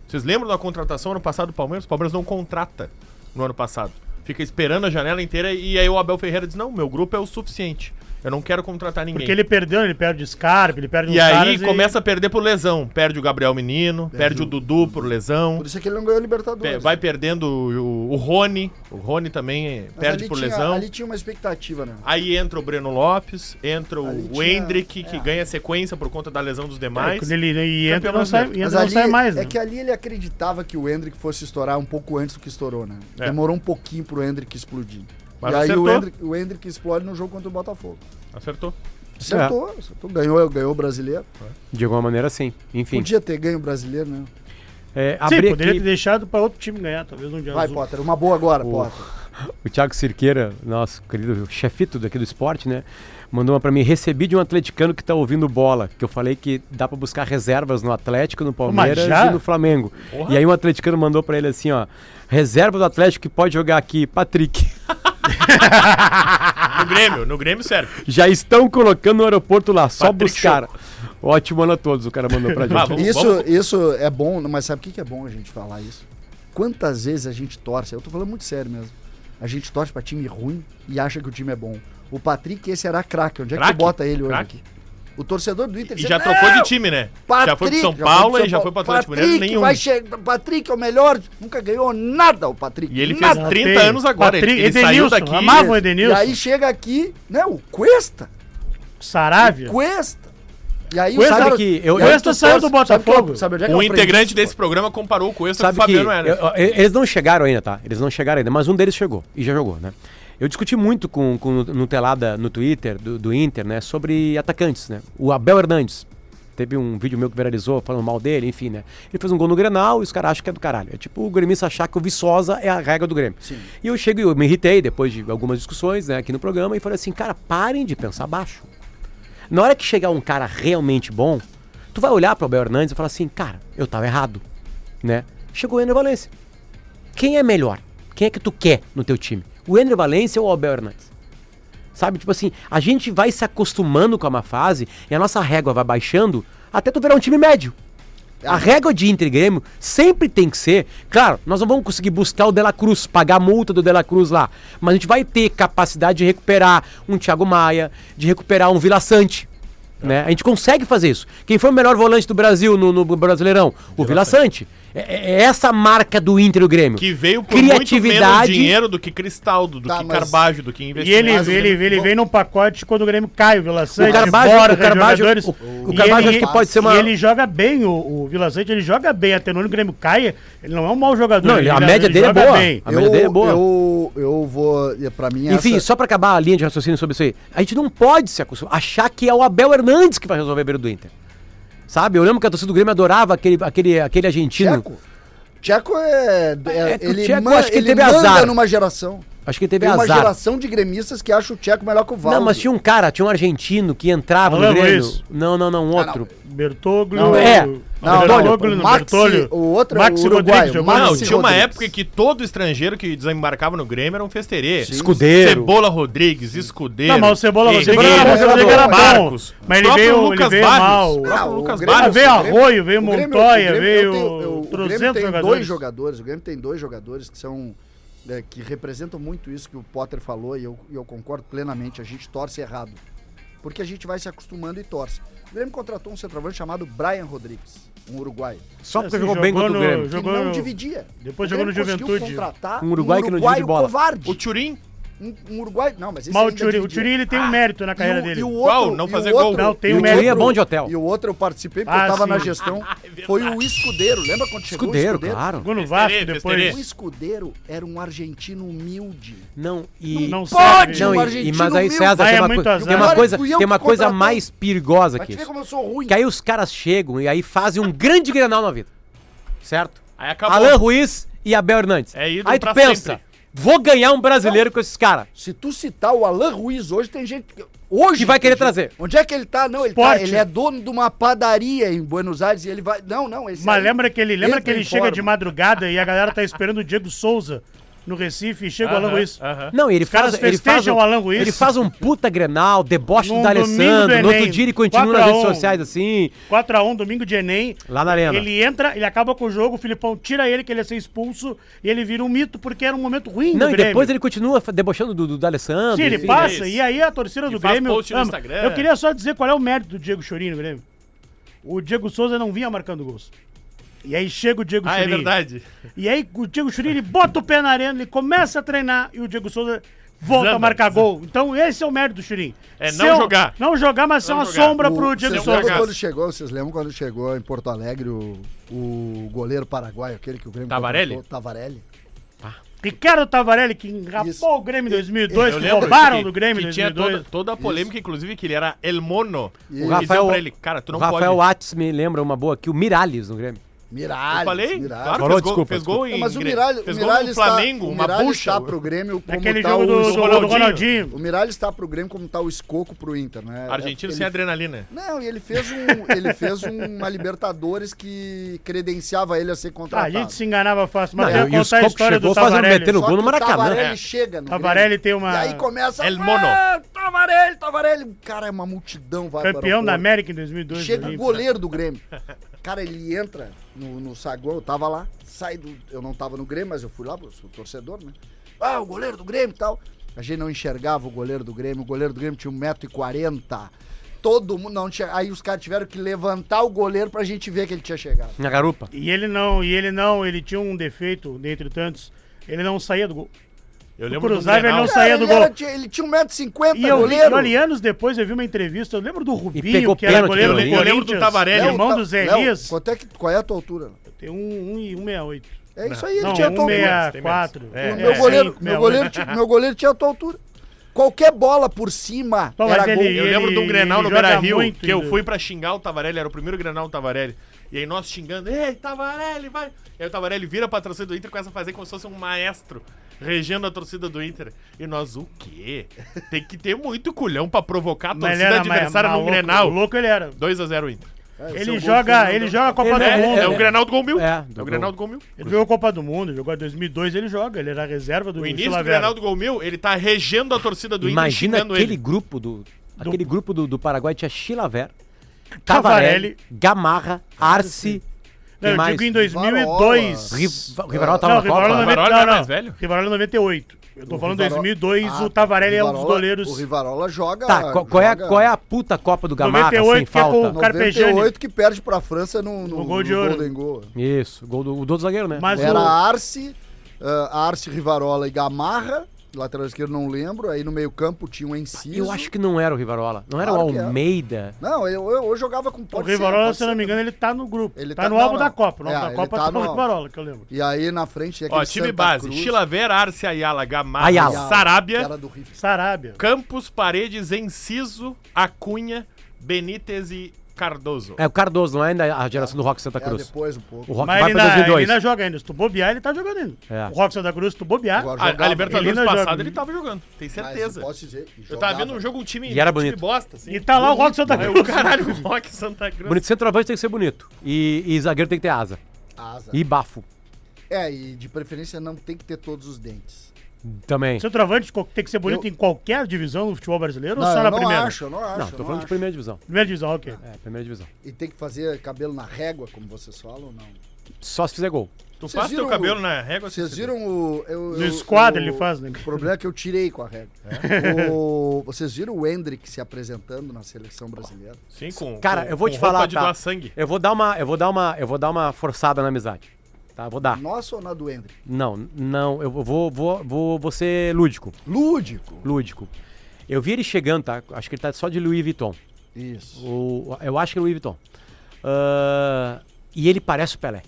Speaker 5: Vocês lembram da contratação ano passado do Palmeiras? O Palmeiras não contrata no ano passado. Fica esperando a janela inteira e aí o Abel Ferreira diz: Não, meu grupo é o suficiente. Eu não quero contratar ninguém.
Speaker 3: Porque ele perdeu, ele perde Scarpa, ele perde
Speaker 5: E
Speaker 3: uns
Speaker 5: aí
Speaker 3: caras
Speaker 5: começa a perder por lesão. Perde o Gabriel Menino, perde o Dudu por lesão.
Speaker 6: Por isso é que ele não ganhou a
Speaker 5: pe-
Speaker 6: Libertadores.
Speaker 5: Vai perdendo o, o Rony. O Rony também é-
Speaker 6: Mas
Speaker 5: perde
Speaker 6: ali
Speaker 5: por
Speaker 6: tinha-
Speaker 5: lesão.
Speaker 6: Ali tinha uma expectativa, né?
Speaker 5: Aí entra o Breno Lopes, entra
Speaker 6: Ali
Speaker 5: o
Speaker 6: tinha- é.
Speaker 5: Hendrick, que ganha sequência por conta da lesão dos
Speaker 3: É,
Speaker 5: demais.
Speaker 3: quando ele, e entra
Speaker 5: Campeão
Speaker 3: não sai,
Speaker 5: brasileiro.
Speaker 3: e
Speaker 6: Mas
Speaker 3: entra não
Speaker 6: ali,
Speaker 3: sai mais,
Speaker 6: é
Speaker 3: né?
Speaker 6: que ali ele acreditava que o Hendrick fosse estourar um pouco antes do que estourou, né?
Speaker 5: É.
Speaker 6: Demorou um pouquinho pro Hendrick explodir.
Speaker 5: Mas
Speaker 6: e aí
Speaker 5: acertou.
Speaker 6: o Hendrick, o Hendrick explode no jogo contra o Botafogo.
Speaker 5: Acertou.
Speaker 6: Acertou,
Speaker 3: É.
Speaker 6: acertou. Ganhou, ganhou o brasileiro.
Speaker 2: De alguma maneira, sim. Enfim.
Speaker 6: Podia ter ganho o brasileiro, né?
Speaker 2: É,
Speaker 3: Sim,
Speaker 2: abri
Speaker 3: poderia
Speaker 2: aqui-
Speaker 3: ter deixado pra outro time ganhar, talvez um dia
Speaker 6: Vai,
Speaker 3: azul.
Speaker 6: Potter. Uma boa agora,
Speaker 2: O-
Speaker 6: Potter.
Speaker 2: O Thiago Cirqueira, nosso querido chefito daqui do esporte, né? Mandou uma pra mim. Recebi de um atleticano que tá ouvindo bola. Que eu falei que dá pra buscar reservas no Atlético, no Palmeiras
Speaker 3: já?
Speaker 2: e no Flamengo.
Speaker 5: Porra.
Speaker 2: E aí um atleticano mandou pra ele assim, ó. Reserva do Atlético que pode jogar aqui, Patrick.
Speaker 5: No Grêmio, no Grêmio serve.
Speaker 2: Já estão colocando no aeroporto lá, só
Speaker 5: Patrick
Speaker 2: buscar. Ótimo ano a todos, o cara mandou pra
Speaker 5: Ah,
Speaker 2: gente.
Speaker 5: vamos-
Speaker 6: Isso,
Speaker 5: vamos-
Speaker 6: isso é bom, mas sabe o que que é bom a gente falar isso? Quantas vezes a gente torce, eu tô falando muito sério mesmo, a gente torce pra time ruim e acha que o time é bom. O Patrick, esse era craque. Onde é que tu
Speaker 5: Craque?
Speaker 6: bota ele hoje
Speaker 5: Craque.
Speaker 6: aqui? O torcedor do Inter
Speaker 5: E
Speaker 6: dizia,
Speaker 5: já
Speaker 6: "Não,
Speaker 5: trocou de time, né? já foi pro São Paulo e já foi pro Atlético Mineiro,
Speaker 6: Patrick
Speaker 5: nenhum.
Speaker 6: Vai chegar, Patrick é o melhor, nunca ganhou nada o Patrick.
Speaker 5: E ele fez
Speaker 6: nada.
Speaker 3: Não,
Speaker 5: 30
Speaker 3: tem.
Speaker 5: anos agora.
Speaker 3: Patrick-
Speaker 5: ele ele saiu
Speaker 3: Edenilson,
Speaker 5: daqui.
Speaker 3: amava o Edenilson,
Speaker 6: E aí chega aqui, né, o Cuesta,
Speaker 3: Saravia.
Speaker 6: Cuesta. E aí
Speaker 2: Cuesta
Speaker 6: cara-
Speaker 2: que eu-
Speaker 6: e aí
Speaker 3: Cuesta
Speaker 6: tu
Speaker 3: saiu
Speaker 6: torce,
Speaker 3: do
Speaker 6: sabe
Speaker 3: Botafogo.
Speaker 6: que eu- sabe onde é que
Speaker 5: Um
Speaker 6: eu aprendi
Speaker 5: integrante
Speaker 6: isso,
Speaker 5: desse programa comparou o Cuesta
Speaker 2: Sabe
Speaker 5: com o
Speaker 2: que
Speaker 5: Fabiano Heller.
Speaker 2: eu- eu- eles não chegaram ainda, tá? Eles não chegaram ainda, mas um deles chegou e já jogou, né? Eu discuti muito com, com o Nutelada no Twitter, do, do Inter, né? Sobre atacantes, né? O Abel Hernandes. Teve um vídeo meu que viralizou falando mal dele, enfim, né? Ele fez um gol no Grenal e os caras acham que é do caralho. É tipo o gremista achar que o Viçosa é a regra do Grêmio. E eu chego e eu me irritei depois de algumas discussões né, aqui no programa e falei assim, cara, parem de pensar baixo. Na hora que chegar um cara realmente bom, tu vai olhar pro Abel Hernandes e falar assim, cara, eu tava errado, né? Chegou o Ener Valencia. Quem é melhor? Quem é que tu quer no teu time? O Ener Valencia ou o Abel Hernandes? Sabe, tipo assim, a gente vai se acostumando com a má fase e a nossa régua vai baixando até tu virar um time médio. A régua de Inter e Grêmio sempre tem que ser. Claro, nós não vamos conseguir buscar o De La Cruz, pagar a multa do De La Cruz lá. Mas a gente vai ter capacidade de recuperar um Thiago Maia, de recuperar um Vila Sante. Né? A gente consegue fazer isso. Quem foi o melhor volante do Brasil no, no Brasileirão? O Vila Sante. É, é essa marca do Inter e o Grêmio.
Speaker 5: Que veio por muito menos
Speaker 2: Criatividade.
Speaker 5: dinheiro do que Cristaldo, do
Speaker 6: Tá,
Speaker 5: que
Speaker 6: mas-
Speaker 5: Carbajo, do que
Speaker 3: E
Speaker 5: investimento.
Speaker 3: ele, ele, ele, ele vem num pacote quando o Grêmio cai, o Vila Sante.
Speaker 2: Carbajo-
Speaker 3: borra
Speaker 2: o Carbajo-
Speaker 3: jogadores.
Speaker 2: o- o
Speaker 3: E
Speaker 2: Carbajo
Speaker 3: ele-
Speaker 2: acho que pode ser uma-
Speaker 3: E ele joga bem, o, o Vila Sante, ele joga bem. Até no ano que o Grêmio caia, ele não é um mau jogador.
Speaker 2: Não, ele- a média dele é
Speaker 3: joga
Speaker 2: boa.
Speaker 3: bem.
Speaker 2: A média dele é boa.
Speaker 6: Eu, eu vou. e Pra mim,
Speaker 2: Enfim,
Speaker 6: essa-
Speaker 2: só pra acabar a linha de raciocínio sobre isso aí, a gente não pode se acostumar, achar que é o Abel Hernandes que vai resolver a beira do Inter. Sabe? Eu lembro que a torcida do Grêmio adorava aquele, aquele, aquele argentino.
Speaker 6: Tcheco. Tcheco é. é-
Speaker 2: um É que o
Speaker 6: ele
Speaker 2: Tcheco
Speaker 6: man-
Speaker 2: acho que
Speaker 6: ele
Speaker 2: teve
Speaker 6: manda
Speaker 2: azar.
Speaker 6: numa geração.
Speaker 2: Acho que ele teve
Speaker 6: Tem uma
Speaker 2: azar.
Speaker 6: geração de gremistas que acha o Tcheco melhor que o Valdo.
Speaker 2: Não, mas tinha um cara, tinha um argentino que entrava no
Speaker 3: Falamos
Speaker 2: Grêmio.
Speaker 3: isso.
Speaker 2: Não, não,
Speaker 6: Ah,
Speaker 2: não, um outro.
Speaker 3: Bertoglio.
Speaker 2: Não, é.
Speaker 6: Não,
Speaker 3: Bertoglio,
Speaker 6: não,
Speaker 3: não,
Speaker 6: o Maxi-
Speaker 3: Bertoglio.
Speaker 6: o outro é o
Speaker 3: Maxi
Speaker 6: uruguaio,
Speaker 3: Rodrigues jogou.
Speaker 5: Não,
Speaker 6: Maxi
Speaker 5: tinha uma
Speaker 6: Rodrigues.
Speaker 5: época que todo estrangeiro que desembarcava no Grêmio era um festerê.
Speaker 2: Escudeiro.
Speaker 5: Cebola Rodrigues, Escudeiro.
Speaker 3: Não, mas o Cebola
Speaker 5: Guerreiro,
Speaker 3: Rodrigues era bom
Speaker 2: jogador.
Speaker 3: Rodrigues era bom.
Speaker 5: Marcos.
Speaker 3: Mas ele
Speaker 5: Próprio
Speaker 3: veio- ele
Speaker 5: Lucas
Speaker 3: veio
Speaker 5: Barros.
Speaker 3: mal.
Speaker 5: Próprio
Speaker 6: Ah, o
Speaker 5: Lucas
Speaker 6: Grêmio-
Speaker 5: Barros.
Speaker 3: Ah, veio
Speaker 6: o
Speaker 3: Arroio, veio
Speaker 6: o Grêmio-
Speaker 3: Montoya,
Speaker 6: o Grêmio-
Speaker 3: veio
Speaker 6: eu tenho- eu- O
Speaker 3: 300
Speaker 6: Grêmio tem
Speaker 3: jogadores.
Speaker 6: dois jogadores. O Grêmio tem dois jogadores que são. é, que representam muito isso que o Potter falou e eu, e eu concordo plenamente. A gente torce errado. Porque a gente vai se acostumando e torce. O Grêmio contratou um centroavante chamado Brian Rodrigues, um uruguaio.
Speaker 2: Só porque
Speaker 3: Assim,
Speaker 2: jogou bem
Speaker 3: jogou
Speaker 2: contra o
Speaker 3: no-
Speaker 2: Grêmio.
Speaker 6: Que
Speaker 3: Jogou
Speaker 6: não
Speaker 3: no-
Speaker 6: dividia.
Speaker 3: depois
Speaker 6: O
Speaker 3: jogou no
Speaker 6: Grêmio conseguiu
Speaker 3: Juventude.
Speaker 6: contratar
Speaker 2: Um uruguaio que não divide
Speaker 6: uruguaio
Speaker 2: bola.
Speaker 6: covarde.
Speaker 5: O Turim?
Speaker 6: Um, um uruguaio. Não, mas esse
Speaker 3: Mal o
Speaker 6: ainda
Speaker 3: Turim, o
Speaker 6: dividia.
Speaker 3: Turim ele tem um mérito na
Speaker 6: E
Speaker 3: carreira
Speaker 6: o-
Speaker 3: dele.
Speaker 6: E o outro,
Speaker 5: Qual? Não
Speaker 6: e o
Speaker 5: fazer
Speaker 6: outro-
Speaker 5: gol.
Speaker 3: Não, tem
Speaker 6: e
Speaker 3: um
Speaker 6: o
Speaker 3: mérito.
Speaker 6: outro-
Speaker 2: é bom de hotel.
Speaker 6: E o outro eu participei porque
Speaker 3: Ah,
Speaker 6: eu tava na
Speaker 3: sim.
Speaker 6: gestão. foi o escudeiro. Lembra quando chegou
Speaker 2: Escudeiro,
Speaker 6: o escudeiro?
Speaker 2: claro.
Speaker 3: Jogou no Vasco
Speaker 5: Festerê,
Speaker 3: depois.
Speaker 6: O escudeiro era um argentino humilde.
Speaker 2: Não, e.
Speaker 3: Não
Speaker 6: Pode,
Speaker 3: serve.
Speaker 2: Não,
Speaker 6: um
Speaker 2: e, e-
Speaker 6: argentino
Speaker 2: mas aí,
Speaker 6: humilde.
Speaker 2: César,
Speaker 3: Ah,
Speaker 2: tem,
Speaker 3: é
Speaker 2: uma
Speaker 3: muito
Speaker 2: coisa,
Speaker 3: azar.
Speaker 2: tem uma
Speaker 6: Olha,
Speaker 2: coisa,
Speaker 6: fui eu
Speaker 2: tem uma
Speaker 6: que
Speaker 2: coisa
Speaker 6: contratei.
Speaker 2: mais perigosa
Speaker 6: Vai
Speaker 2: que
Speaker 6: te ver
Speaker 2: isso.
Speaker 6: como eu sou ruim.
Speaker 2: Que aí os caras chegam e aí fazem um grande grenal na vida. Certo?
Speaker 5: Aí acabou.
Speaker 2: Alain Ruiz e Abel Hernandes.
Speaker 5: É ídolo
Speaker 2: aí tu
Speaker 5: pra
Speaker 2: pensa,
Speaker 5: sempre.
Speaker 2: vou ganhar um brasileiro com esses caras.
Speaker 6: Se tu citar o Alan Ruiz hoje, tem gente. que- Hoje.
Speaker 2: Que vai querer
Speaker 6: tem gente-
Speaker 2: trazer.
Speaker 6: Onde é que ele tá? Não, ele, tá,
Speaker 3: Esporte.
Speaker 6: ele é dono de uma padaria em Buenos Aires e ele vai. Não, não. Esse
Speaker 3: Mas
Speaker 6: aí-
Speaker 3: lembra que ele, lembra
Speaker 6: Entra
Speaker 3: que ele
Speaker 6: em
Speaker 3: chega de
Speaker 6: forma.
Speaker 3: madrugada e a galera tá esperando o Diego Souza no Recife e chega o Alan
Speaker 5: Aham,
Speaker 3: Ruiz.
Speaker 5: aham.
Speaker 2: Não, e ele
Speaker 3: Os caras
Speaker 2: faz, ele faz
Speaker 3: festejam
Speaker 2: um,
Speaker 3: o Alan Ruiz.
Speaker 2: ele faz um puta grenal, deboche
Speaker 3: Num
Speaker 2: do Alessandro,
Speaker 3: domingo do
Speaker 2: no outro
Speaker 3: Enem,
Speaker 2: dia ele continua
Speaker 3: 4 a
Speaker 2: nas redes
Speaker 3: 1.
Speaker 2: sociais assim,
Speaker 3: 4x1, domingo de Enem.
Speaker 2: lá na arena.
Speaker 3: Ele entra, ele acaba com o jogo, o Filipão tira ele, que ele ia ser expulso, e ele vira um mito, porque era um momento ruim
Speaker 2: Não,
Speaker 3: do
Speaker 2: e
Speaker 3: Grêmio.
Speaker 2: depois ele continua fa- debochando do, do, do Alessandro.
Speaker 3: Sim, ele
Speaker 2: enfim, né?
Speaker 3: passa,
Speaker 5: é isso.
Speaker 3: e aí a torcida do
Speaker 5: faz
Speaker 3: Grêmio.
Speaker 5: post no
Speaker 3: ama.
Speaker 5: Instagram.
Speaker 3: Eu queria só dizer qual é o mérito do Diego Chorinho no Grêmio. O Diego Souza não vinha marcando gols. E aí chega o Diego
Speaker 5: Ah, é
Speaker 3: Churinho.
Speaker 5: verdade.
Speaker 3: E aí o Diego Churinho ele bota o pé na arena, ele começa a treinar e o Diego Souza volta
Speaker 5: Desanda,
Speaker 3: a marcar gol. Então esse é o mérito do Churinho.
Speaker 5: É
Speaker 3: Ser
Speaker 5: não
Speaker 3: um-
Speaker 5: jogar.
Speaker 3: Não jogar, mas ser
Speaker 5: Não
Speaker 3: uma
Speaker 5: jogar.
Speaker 3: sombra
Speaker 6: O-
Speaker 3: pro
Speaker 6: vocês
Speaker 3: Diego
Speaker 5: Souza.
Speaker 6: lembram
Speaker 5: Cagaço.
Speaker 6: quando chegou, vocês lembram quando chegou em Porto Alegre o, o goleiro paraguaio, aquele que o Grêmio
Speaker 5: Tavarelli?
Speaker 6: contratou, Tavarelli?
Speaker 3: Ricardo Tavarelli, que enrapou
Speaker 6: Isso.
Speaker 3: o Grêmio em 2002,
Speaker 5: Eu
Speaker 3: que
Speaker 5: lembro
Speaker 3: roubaram
Speaker 5: que-
Speaker 3: do Grêmio em
Speaker 5: que tinha
Speaker 3: 2002.
Speaker 5: toda, toda a polêmica, inclusive, que ele era El Mono. E
Speaker 6: O
Speaker 5: diziam
Speaker 2: Rafael-
Speaker 5: pra ele, cara, tu
Speaker 2: O
Speaker 5: não
Speaker 2: Rafael
Speaker 5: pode.
Speaker 2: Atis me lembra uma boa aqui, o Miralles no Grêmio.
Speaker 6: Miralles.
Speaker 5: Eu falei?
Speaker 6: Miralles.
Speaker 5: Claro,
Speaker 2: Falou,
Speaker 5: fez gol,
Speaker 2: desculpa,
Speaker 5: fez gol
Speaker 6: Não,
Speaker 5: em
Speaker 6: mas o
Speaker 5: Gre-
Speaker 6: Miralles,
Speaker 5: fez
Speaker 6: o
Speaker 5: gol
Speaker 6: Miralles
Speaker 5: no Flamengo,
Speaker 6: tá, o
Speaker 5: uma
Speaker 6: Miralles
Speaker 5: bucha.
Speaker 6: tá pro Grêmio como
Speaker 3: Naquele
Speaker 6: tá
Speaker 3: jogo
Speaker 6: o
Speaker 3: do, do,
Speaker 6: Esco-
Speaker 3: do
Speaker 5: Ronaldinho.
Speaker 3: Ronaldinho.
Speaker 6: O Miralles tá pro Grêmio como tá o Escoco pro Inter, né?
Speaker 5: Argentino
Speaker 6: Ele-
Speaker 5: sem adrenalina.
Speaker 6: Não, e ele fez um, ele fez uma Libertadores que credenciava ele a
Speaker 3: Ah,
Speaker 6: ser
Speaker 3: a
Speaker 6: contratado.
Speaker 3: gente se enganava fácil, mas
Speaker 2: Não,
Speaker 3: eu ia
Speaker 2: e o
Speaker 3: contar a
Speaker 2: Scope
Speaker 3: história do
Speaker 2: chegou
Speaker 6: um
Speaker 2: fazendo
Speaker 3: Tavarelli.
Speaker 2: meter no
Speaker 6: Só
Speaker 2: gol
Speaker 6: que o
Speaker 2: Maracanã.
Speaker 6: Tavarelli
Speaker 5: É.
Speaker 6: chega no
Speaker 3: Tavarelli tem uma-
Speaker 6: E aí começa...
Speaker 5: El Mono.
Speaker 6: "Ah, Tavarelli, Tavarelli. Cara, é uma multidão. Vai pro
Speaker 3: Campeão da
Speaker 6: aeroporto.
Speaker 3: América em 2002.
Speaker 6: Chega o
Speaker 3: Olímpia.
Speaker 6: goleiro do Grêmio. Cara, ele entra no, no saguão, eu tava lá, sai do. Eu não tava no Grêmio, mas eu fui lá, porque eu sou torcedor, né? Ah, o goleiro do Grêmio e tal. A gente não enxergava o goleiro do Grêmio, o goleiro do Grêmio tinha 1,40m. Todo mundo não tinha. Aí os caras tiveram que levantar o goleiro pra gente ver que ele tinha chegado.
Speaker 2: Na garupa.
Speaker 3: E ele não, e ele não, ele tinha um defeito, dentre tantos, ele não saía do gol.
Speaker 5: Eu
Speaker 3: O
Speaker 5: lembro do
Speaker 3: Cruzado, ele
Speaker 5: Grenal.
Speaker 3: não sa- saía
Speaker 6: ele,
Speaker 3: do gol.
Speaker 6: era- ele tinha 1,50m,
Speaker 3: E eu vi, e
Speaker 6: goleiro.
Speaker 3: olha, anos depois eu vi uma entrevista, eu lembro do Rubinho,
Speaker 2: pegou
Speaker 3: que era
Speaker 2: pênalti,
Speaker 3: goleiro do
Speaker 2: pelo
Speaker 5: menos. né? Eu lembro do
Speaker 3: Corinthians,
Speaker 5: Tavarelli.
Speaker 3: É irmão
Speaker 6: Ta-
Speaker 3: do Zé Elias,
Speaker 6: tá- quanto é que, qual é a tua altura?
Speaker 3: tem um, um e 168.
Speaker 6: É isso aí, ele
Speaker 3: Não,
Speaker 6: tinha a tua altura.
Speaker 3: 164.
Speaker 5: tem menos.
Speaker 6: O
Speaker 5: É,
Speaker 6: meu, goleiro,
Speaker 3: cinco,
Speaker 6: meu,
Speaker 3: 68.
Speaker 6: goleiro, ti- meu goleiro tinha a tua altura. Qualquer bola por cima
Speaker 3: Pô,
Speaker 6: era
Speaker 3: mas
Speaker 6: gol.
Speaker 3: ele-
Speaker 5: Eu lembro de um Grenal no
Speaker 3: joga
Speaker 5: Beira Rio,
Speaker 3: muito
Speaker 5: que eu
Speaker 3: ainda.
Speaker 5: fui pra xingar o Tavarelli, era o primeiro Grenal do Tavarelli. E aí nós xingando, ei, Tavarelli, vai. E aí o Tavarelli vira pra torcida do Inter e começa a fazer como se fosse um maestro, regendo a torcida do Inter. E nós, o quê? Tem que ter muito culhão pra provocar a
Speaker 3: Mas
Speaker 5: torcida
Speaker 3: ma-
Speaker 5: adversária num
Speaker 3: maluco,
Speaker 5: Grenal.
Speaker 3: Louco ele era.
Speaker 5: 2x0 Inter.
Speaker 6: É,
Speaker 3: Ele
Speaker 6: um
Speaker 3: joga, ele joga a Copa
Speaker 2: Ele
Speaker 3: do
Speaker 5: É,
Speaker 2: bom,
Speaker 5: é,
Speaker 3: Mundo.
Speaker 5: o Grenal do Gomil.
Speaker 2: É,
Speaker 5: É,
Speaker 2: do
Speaker 5: o
Speaker 2: Gol.
Speaker 5: Grenal do Gomil.
Speaker 3: Ele jogou a Copa do Mundo, jogou em 2002, ele joga, ele era reserva do
Speaker 5: O início do
Speaker 3: Chilavert.
Speaker 5: Grenal do Gomil, ele tá regendo a torcida do Inter
Speaker 2: Imagina
Speaker 5: xingando
Speaker 2: aquele
Speaker 5: ele.
Speaker 2: grupo do. Aquele grupo do, do Paraguai tinha Chilaver,
Speaker 3: Tavarelli,
Speaker 2: Tavarelli, Gamarra, Arce,
Speaker 3: Não,
Speaker 2: Quem
Speaker 3: eu
Speaker 2: mais?
Speaker 3: digo em 2002.
Speaker 2: Ri- O Rivarol tava
Speaker 3: não,
Speaker 2: na Copa?
Speaker 3: Rivarola
Speaker 5: Rivarola
Speaker 3: noventa-
Speaker 5: era
Speaker 3: não,
Speaker 5: mais
Speaker 3: não.
Speaker 5: velho?
Speaker 3: Rivarola é 98. Eu tô falando
Speaker 6: Rivaro-
Speaker 3: 2002,
Speaker 6: Ah,
Speaker 3: o Tavarelli é um dos
Speaker 6: Rivarola-
Speaker 3: goleiros.
Speaker 6: O Rivarola joga.
Speaker 2: Tá, qual, qual é, a-
Speaker 6: joga
Speaker 2: qual é a puta Copa do Gamarra
Speaker 3: 98
Speaker 2: sem
Speaker 3: que é com-
Speaker 2: falta?
Speaker 6: 98 que perde pra França no, no,
Speaker 3: No gol de ouro.
Speaker 6: Golden Goal.
Speaker 2: Isso, gol do, o do zagueiro, né?
Speaker 3: Mas
Speaker 6: Era
Speaker 3: o-
Speaker 6: Arce, ah, Arce, Rivarola e Gamarra. Lateral esquerdo não lembro. Aí no meio campo tinha o Enciso.
Speaker 2: Eu acho que não era o Rivarola. Não era
Speaker 6: Claro
Speaker 2: o
Speaker 6: que era.
Speaker 2: Almeida.
Speaker 6: Não, eu, eu, eu jogava com
Speaker 3: O
Speaker 6: pode ser,
Speaker 3: Rivarola,
Speaker 6: pode
Speaker 3: se eu não
Speaker 6: ser.
Speaker 3: me engano, ele tá no grupo.
Speaker 6: Ele
Speaker 3: tá,
Speaker 6: tá-
Speaker 3: no
Speaker 6: não,
Speaker 3: álbum
Speaker 6: não.
Speaker 3: da Copa. O nome
Speaker 6: É,
Speaker 3: da
Speaker 6: ele
Speaker 3: Copa
Speaker 6: tá
Speaker 3: tá
Speaker 6: no
Speaker 3: o
Speaker 6: álbum.
Speaker 3: Rivarola, que eu lembro.
Speaker 6: E aí na frente é aquele
Speaker 5: Ó, time
Speaker 6: Santa
Speaker 5: base:
Speaker 6: Cruz,
Speaker 5: Chilavera, Arce, Ayala, Gamarra,
Speaker 2: Ayala.
Speaker 6: que
Speaker 5: Sarabia,
Speaker 6: era do River.
Speaker 3: Sarabia.
Speaker 5: Campos, Paredes, Enciso, Acunha, Benítez e Cardoso.
Speaker 2: É o Cardoso, não é ainda a geração do Rock Santa
Speaker 6: É,
Speaker 2: Cruz.
Speaker 6: depois um
Speaker 2: O
Speaker 6: pouco.
Speaker 2: Rock
Speaker 3: Mas
Speaker 2: vai
Speaker 3: ele
Speaker 2: pra
Speaker 3: ainda, ele
Speaker 2: 2002.
Speaker 3: ainda joga ainda. Se tu bobear, ele tá jogando ainda.
Speaker 2: É.
Speaker 3: O Rock Santa Cruz, se tu bobear.
Speaker 6: Agora
Speaker 5: A, Ah, a
Speaker 6: jogava.
Speaker 5: Libertadores
Speaker 3: Ele não
Speaker 5: passada
Speaker 3: joga.
Speaker 5: ele tava jogando, tem certeza.
Speaker 6: Mas eu posso dizer, e
Speaker 5: Eu tava
Speaker 6: jogava.
Speaker 5: vendo um jogo, um time,
Speaker 2: E era
Speaker 5: um time
Speaker 2: bonito.
Speaker 5: bosta, assim.
Speaker 3: E tá lá o Rock Santa
Speaker 5: Aí
Speaker 3: Cruz.
Speaker 5: o caralho, o Rock Santa Cruz.
Speaker 2: Bonito centroavante tem que ser bonito. E, e zagueiro tem que ter asa.
Speaker 6: Tá. Asa.
Speaker 2: E bafo.
Speaker 6: É, e de preferência não tem que ter todos os dentes.
Speaker 2: Também.
Speaker 3: Centroavante co- tem que ser bonito
Speaker 6: Eu-
Speaker 3: em qualquer divisão do futebol brasileiro ou
Speaker 6: eu
Speaker 3: só na
Speaker 6: não
Speaker 3: primeira?
Speaker 6: acho, eu não acho.
Speaker 2: Não,
Speaker 6: eu
Speaker 2: tô falando de
Speaker 6: acho.
Speaker 2: primeira divisão.
Speaker 3: Primeira divisão, ok.
Speaker 2: É, primeira divisão.
Speaker 6: E tem que fazer cabelo na régua, como vocês falam, ou não?
Speaker 2: Só se fizer gol.
Speaker 5: Tu
Speaker 6: Vocês
Speaker 5: passa teu
Speaker 6: viram
Speaker 5: cabelo
Speaker 6: o-
Speaker 5: na régua. assim,
Speaker 6: Vocês
Speaker 5: Cecília?
Speaker 6: viram o. eu-
Speaker 3: No
Speaker 6: eu-
Speaker 3: esquadro
Speaker 6: o-
Speaker 3: ele faz, né?
Speaker 6: O problema é que eu tirei com a régua. O- vocês viram o Hendrick se apresentando na seleção brasileira?
Speaker 5: Sim, assim, com,
Speaker 2: Cara,
Speaker 5: com-
Speaker 2: eu vou
Speaker 5: com
Speaker 2: te
Speaker 5: roupa
Speaker 2: falar,
Speaker 5: de
Speaker 2: tá?
Speaker 5: doar sangue.
Speaker 2: Eu vou dar uma, eu vou dar uma, eu vou dar uma forçada na amizade. Tá, vou dar.
Speaker 6: Nossa ou na do Hendrick?
Speaker 2: Não, não, eu vou, vou, vou, vou ser lúdico,
Speaker 6: Lúdico.
Speaker 2: lúdico. Eu vi ele chegando, tá? Acho que ele tá só de Louis Vuitton.
Speaker 6: Isso.
Speaker 2: O- eu acho que é Louis Vuitton. Ah, e ele parece o Pelé.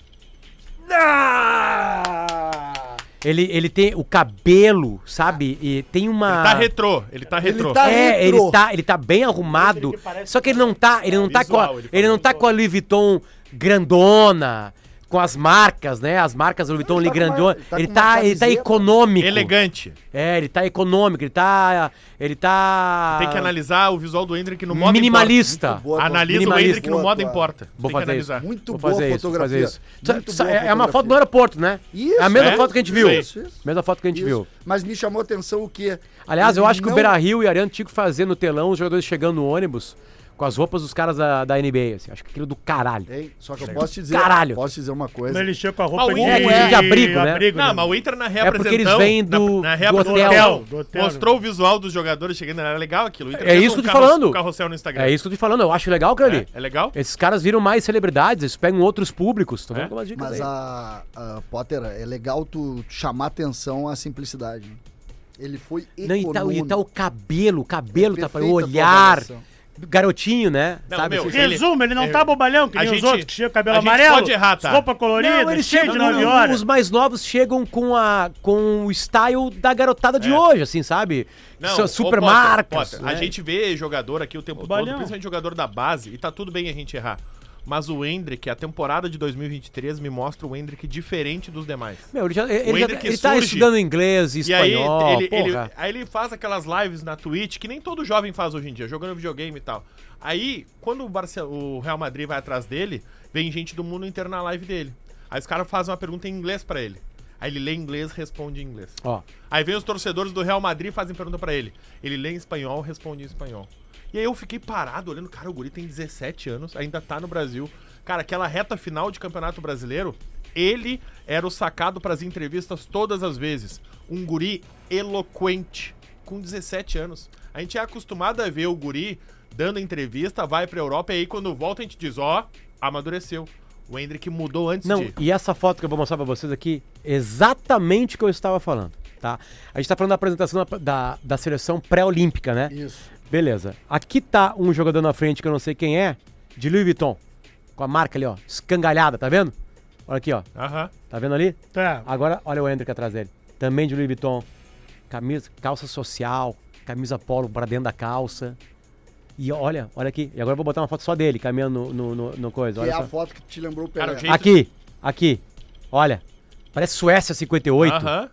Speaker 2: Ele, ele tem o cabelo, sabe? E tem uma.
Speaker 5: Ele tá retrô, ele tá retrô.
Speaker 6: tá-
Speaker 2: É,
Speaker 6: retrô.
Speaker 2: ele Ah. tá, ele tá bem arrumado.
Speaker 3: Ele que parece-
Speaker 2: Só que ele não tá, ele não tá com
Speaker 5: visual,
Speaker 2: a,
Speaker 5: ele
Speaker 2: ele,
Speaker 5: fala
Speaker 2: não tá com a Louis Vuitton grandona, com as marcas, né? As marcas Louis Vuitton
Speaker 6: Ele
Speaker 2: ali
Speaker 6: tá com uma-
Speaker 2: grandona.
Speaker 6: ele tá
Speaker 2: Ele
Speaker 6: com uma
Speaker 2: tá, ele tá
Speaker 6: camiseta.
Speaker 2: econômico.
Speaker 5: Elegante.
Speaker 2: É, ele tá econômico, ele tá ele tá
Speaker 5: Tem que analisar o visual do Hendrick no modo
Speaker 2: minimalista.
Speaker 6: Muito boa,
Speaker 5: Importa. Analisa
Speaker 2: Minimalista.
Speaker 5: o Hendrick no
Speaker 6: Boa,
Speaker 5: modo
Speaker 6: boa.
Speaker 5: importa.
Speaker 2: Vou
Speaker 5: Tem que
Speaker 2: fazer isso.
Speaker 5: analisar.
Speaker 6: Muito
Speaker 2: Vou
Speaker 6: boa
Speaker 2: fazer isso, vou
Speaker 6: fotografia.
Speaker 2: fazer isso.
Speaker 6: Muito
Speaker 2: Sa- sa-
Speaker 6: boa
Speaker 2: é uma
Speaker 6: fotografia.
Speaker 2: foto no aeroporto, né?
Speaker 6: Isso,
Speaker 2: é a mesma
Speaker 5: é?
Speaker 2: foto que a gente
Speaker 5: Isso
Speaker 2: viu.
Speaker 5: aí.
Speaker 6: Isso, isso.
Speaker 2: Mesma foto que a gente
Speaker 6: Isso.
Speaker 2: viu.
Speaker 6: Mas me chamou atenção o quê?
Speaker 2: Aliás, eu
Speaker 6: Ele
Speaker 2: acho que o
Speaker 6: não-
Speaker 2: Beira Rio e Ariano tinham que fazer no telão os jogadores chegando no ônibus com as roupas dos caras da, da NBA. assim. Acho que aquilo do caralho.
Speaker 5: É.
Speaker 6: Hein? Só que eu posso te dizer.
Speaker 2: Caralho.
Speaker 6: Posso te dizer uma coisa.
Speaker 3: Quando ele é chega com a roupa
Speaker 5: Mas o Inter é
Speaker 2: de abrigo, né?
Speaker 5: Não, mas o Inter na
Speaker 2: É porque eles
Speaker 5: reapresentão,
Speaker 2: vêm do-
Speaker 5: na, na
Speaker 2: do né?
Speaker 5: reapresentação,
Speaker 3: hotel. Do hotel.
Speaker 5: mostrou o visual dos jogadores chegando, era legal aquilo. O Inter
Speaker 2: É
Speaker 5: fez
Speaker 2: isso que eu tô
Speaker 5: carro-
Speaker 2: falando.
Speaker 5: um carrossel no Instagram.
Speaker 2: É isso que eu tô te falando, eu acho legal, Crani.
Speaker 5: É, é legal?
Speaker 2: Esses caras viram mais celebridades, eles pegam outros públicos. tá Tô
Speaker 5: É.
Speaker 2: dando algumas dicas
Speaker 6: Mas
Speaker 2: aí.
Speaker 6: a, a Potter, é legal tu chamar atenção à simplicidade. né? Ele foi
Speaker 2: Não, e, tá,
Speaker 6: econômico.
Speaker 2: e tá o cabelo, o cabelo tá para o
Speaker 6: Perfeita
Speaker 2: olhar.
Speaker 6: tua avaliação.
Speaker 2: Garotinho, né?
Speaker 5: Não,
Speaker 2: Sabe?
Speaker 5: meu,
Speaker 2: assim,
Speaker 5: ele-
Speaker 3: Resumo, ele não
Speaker 5: é.
Speaker 3: tá bobalhão, que
Speaker 5: A
Speaker 3: nem os
Speaker 5: gente-
Speaker 3: outros que chega o cabelo
Speaker 5: a gente
Speaker 3: amarelo,
Speaker 5: pode errar, tá?
Speaker 3: roupa colorida,
Speaker 2: Não, eles
Speaker 3: cheio de
Speaker 2: chegam-
Speaker 3: 9
Speaker 2: Os
Speaker 3: horas.
Speaker 2: mais novos chegam com, a, com o style da garotada de
Speaker 5: É.
Speaker 2: hoje, assim, sabe?
Speaker 5: Não,
Speaker 2: São
Speaker 5: ô,
Speaker 2: super
Speaker 5: Potter,
Speaker 2: marcas.
Speaker 5: Potter,
Speaker 2: né?
Speaker 5: A gente vê jogador aqui o tempo todo,
Speaker 3: Balhão.
Speaker 5: principalmente jogador da base, e tá tudo bem a gente errar. Mas o Hendrick, a temporada de 2023 me mostra o Hendrick diferente dos demais.
Speaker 2: Meu, ele já, ele, já-
Speaker 5: Hendrick
Speaker 2: ele tá
Speaker 5: surge-
Speaker 2: estudando inglês,
Speaker 5: E aí
Speaker 2: espanhol,
Speaker 5: ele, ele,
Speaker 2: porra.
Speaker 5: aí ele faz aquelas lives na Twitch, que nem todo jovem faz hoje em dia, jogando videogame e tal. Aí, quando o, Barce- o Real Madrid vai atrás dele, vem gente do mundo inteiro na live dele. Aí os caras fazem uma pergunta em inglês pra ele. Aí ele lê em inglês, responde em inglês.
Speaker 2: Ó,
Speaker 5: Aí vem os torcedores do Real Madrid e fazem pergunta pra ele. Ele lê em espanhol, responde em espanhol. E aí eu fiquei parado olhando, cara, o guri tem 17 anos, ainda tá no Brasil. Cara, aquela reta final de Campeonato Brasileiro, ele era o sacado pras entrevistas todas as vezes. Um guri eloquente, com 17 anos. A gente é acostumado a ver o guri dando entrevista, vai pra Europa e aí quando volta a gente diz, ó, amadureceu. O Hendrick mudou antes
Speaker 2: Não,
Speaker 5: de...
Speaker 2: e essa foto que eu vou mostrar pra vocês aqui, exatamente o que eu estava falando, tá? A gente tá falando da apresentação da, da, da seleção pré-olímpica, né?
Speaker 6: Isso.
Speaker 2: Beleza. Aqui tá um jogador na frente que eu não sei quem é, de Louis Vuitton. Com a marca ali, ó, escangalhada, tá vendo? Olha aqui, ó.
Speaker 5: Aham.
Speaker 2: Tá vendo ali?
Speaker 3: Tá.
Speaker 2: Agora, olha o Hendrick atrás dele. Também de Louis Vuitton. Camisa, calça social, camisa polo pra dentro da calça. E olha, olha aqui. E agora eu vou botar uma foto só dele, caminhando no, no, no, no coisa.
Speaker 6: Que é
Speaker 2: Olha
Speaker 6: a
Speaker 2: só.
Speaker 6: foto que te lembrou o
Speaker 5: Cara,
Speaker 6: Pelé.
Speaker 5: o jeito-
Speaker 2: Aqui, aqui. Olha. Parece Suécia 58.
Speaker 5: Aham.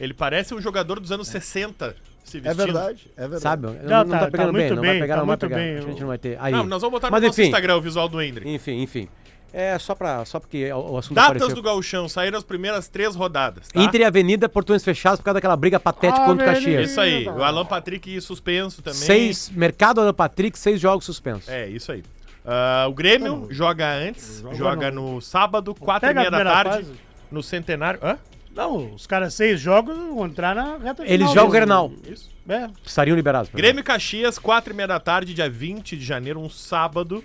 Speaker 5: Ele parece um jogador dos
Speaker 2: É.
Speaker 5: anos 60 se vestindo.
Speaker 3: né?
Speaker 6: É verdade, é verdade.
Speaker 2: Sabe? Não,
Speaker 3: tá- tá muito
Speaker 2: não
Speaker 3: bem,
Speaker 2: vai pegar,
Speaker 3: tá
Speaker 2: não vai
Speaker 3: muito
Speaker 2: pegar.
Speaker 3: bem,
Speaker 2: A gente
Speaker 3: eu-
Speaker 2: não vai ter. Aí.
Speaker 5: Não, nós vamos botar
Speaker 2: Mas
Speaker 5: no nosso
Speaker 2: enfim,
Speaker 5: Instagram o visual do Hendrick.
Speaker 2: enfim, enfim. É só pra. Só porque o o assunto
Speaker 5: Datas
Speaker 2: apareceu.
Speaker 5: do Gauchão saíram as primeiras três rodadas, tá?
Speaker 2: Inter e Avenida, portões fechados por causa daquela briga patética
Speaker 3: Ah,
Speaker 2: contra o
Speaker 3: velho.
Speaker 2: Caxias.
Speaker 5: Isso aí. O Alan Patrick suspenso também.
Speaker 2: Seis, mercado Ana Patrick, seis jogos suspensos.
Speaker 5: É, isso aí. Ah, o
Speaker 3: Tá
Speaker 5: Grêmio joga antes, joga, no sábado, quatro e
Speaker 3: Pega a
Speaker 5: meia da
Speaker 3: primeira
Speaker 5: tarde,
Speaker 3: fase.
Speaker 5: no Centenário. Hã?
Speaker 3: Não, os caras seis jogos vão entrar na reta final.
Speaker 2: Eles jogam o
Speaker 3: mesmo.
Speaker 2: Grenal.
Speaker 5: Isso.
Speaker 3: É.
Speaker 2: Estariam liberados. perdão.
Speaker 5: Grêmio e Caxias, quatro e meia da tarde, dia 20 de janeiro, um sábado.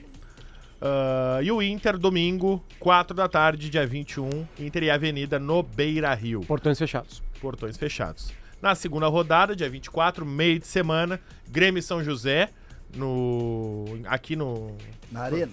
Speaker 5: Ah, e o Inter, domingo, quatro da tarde, dia 21, Inter e Avenida no Beira Rio.
Speaker 2: Portões fechados.
Speaker 5: portões fechados. Na segunda rodada, dia 24, meio de semana, Grêmio e São José, no aqui no
Speaker 6: Na arena.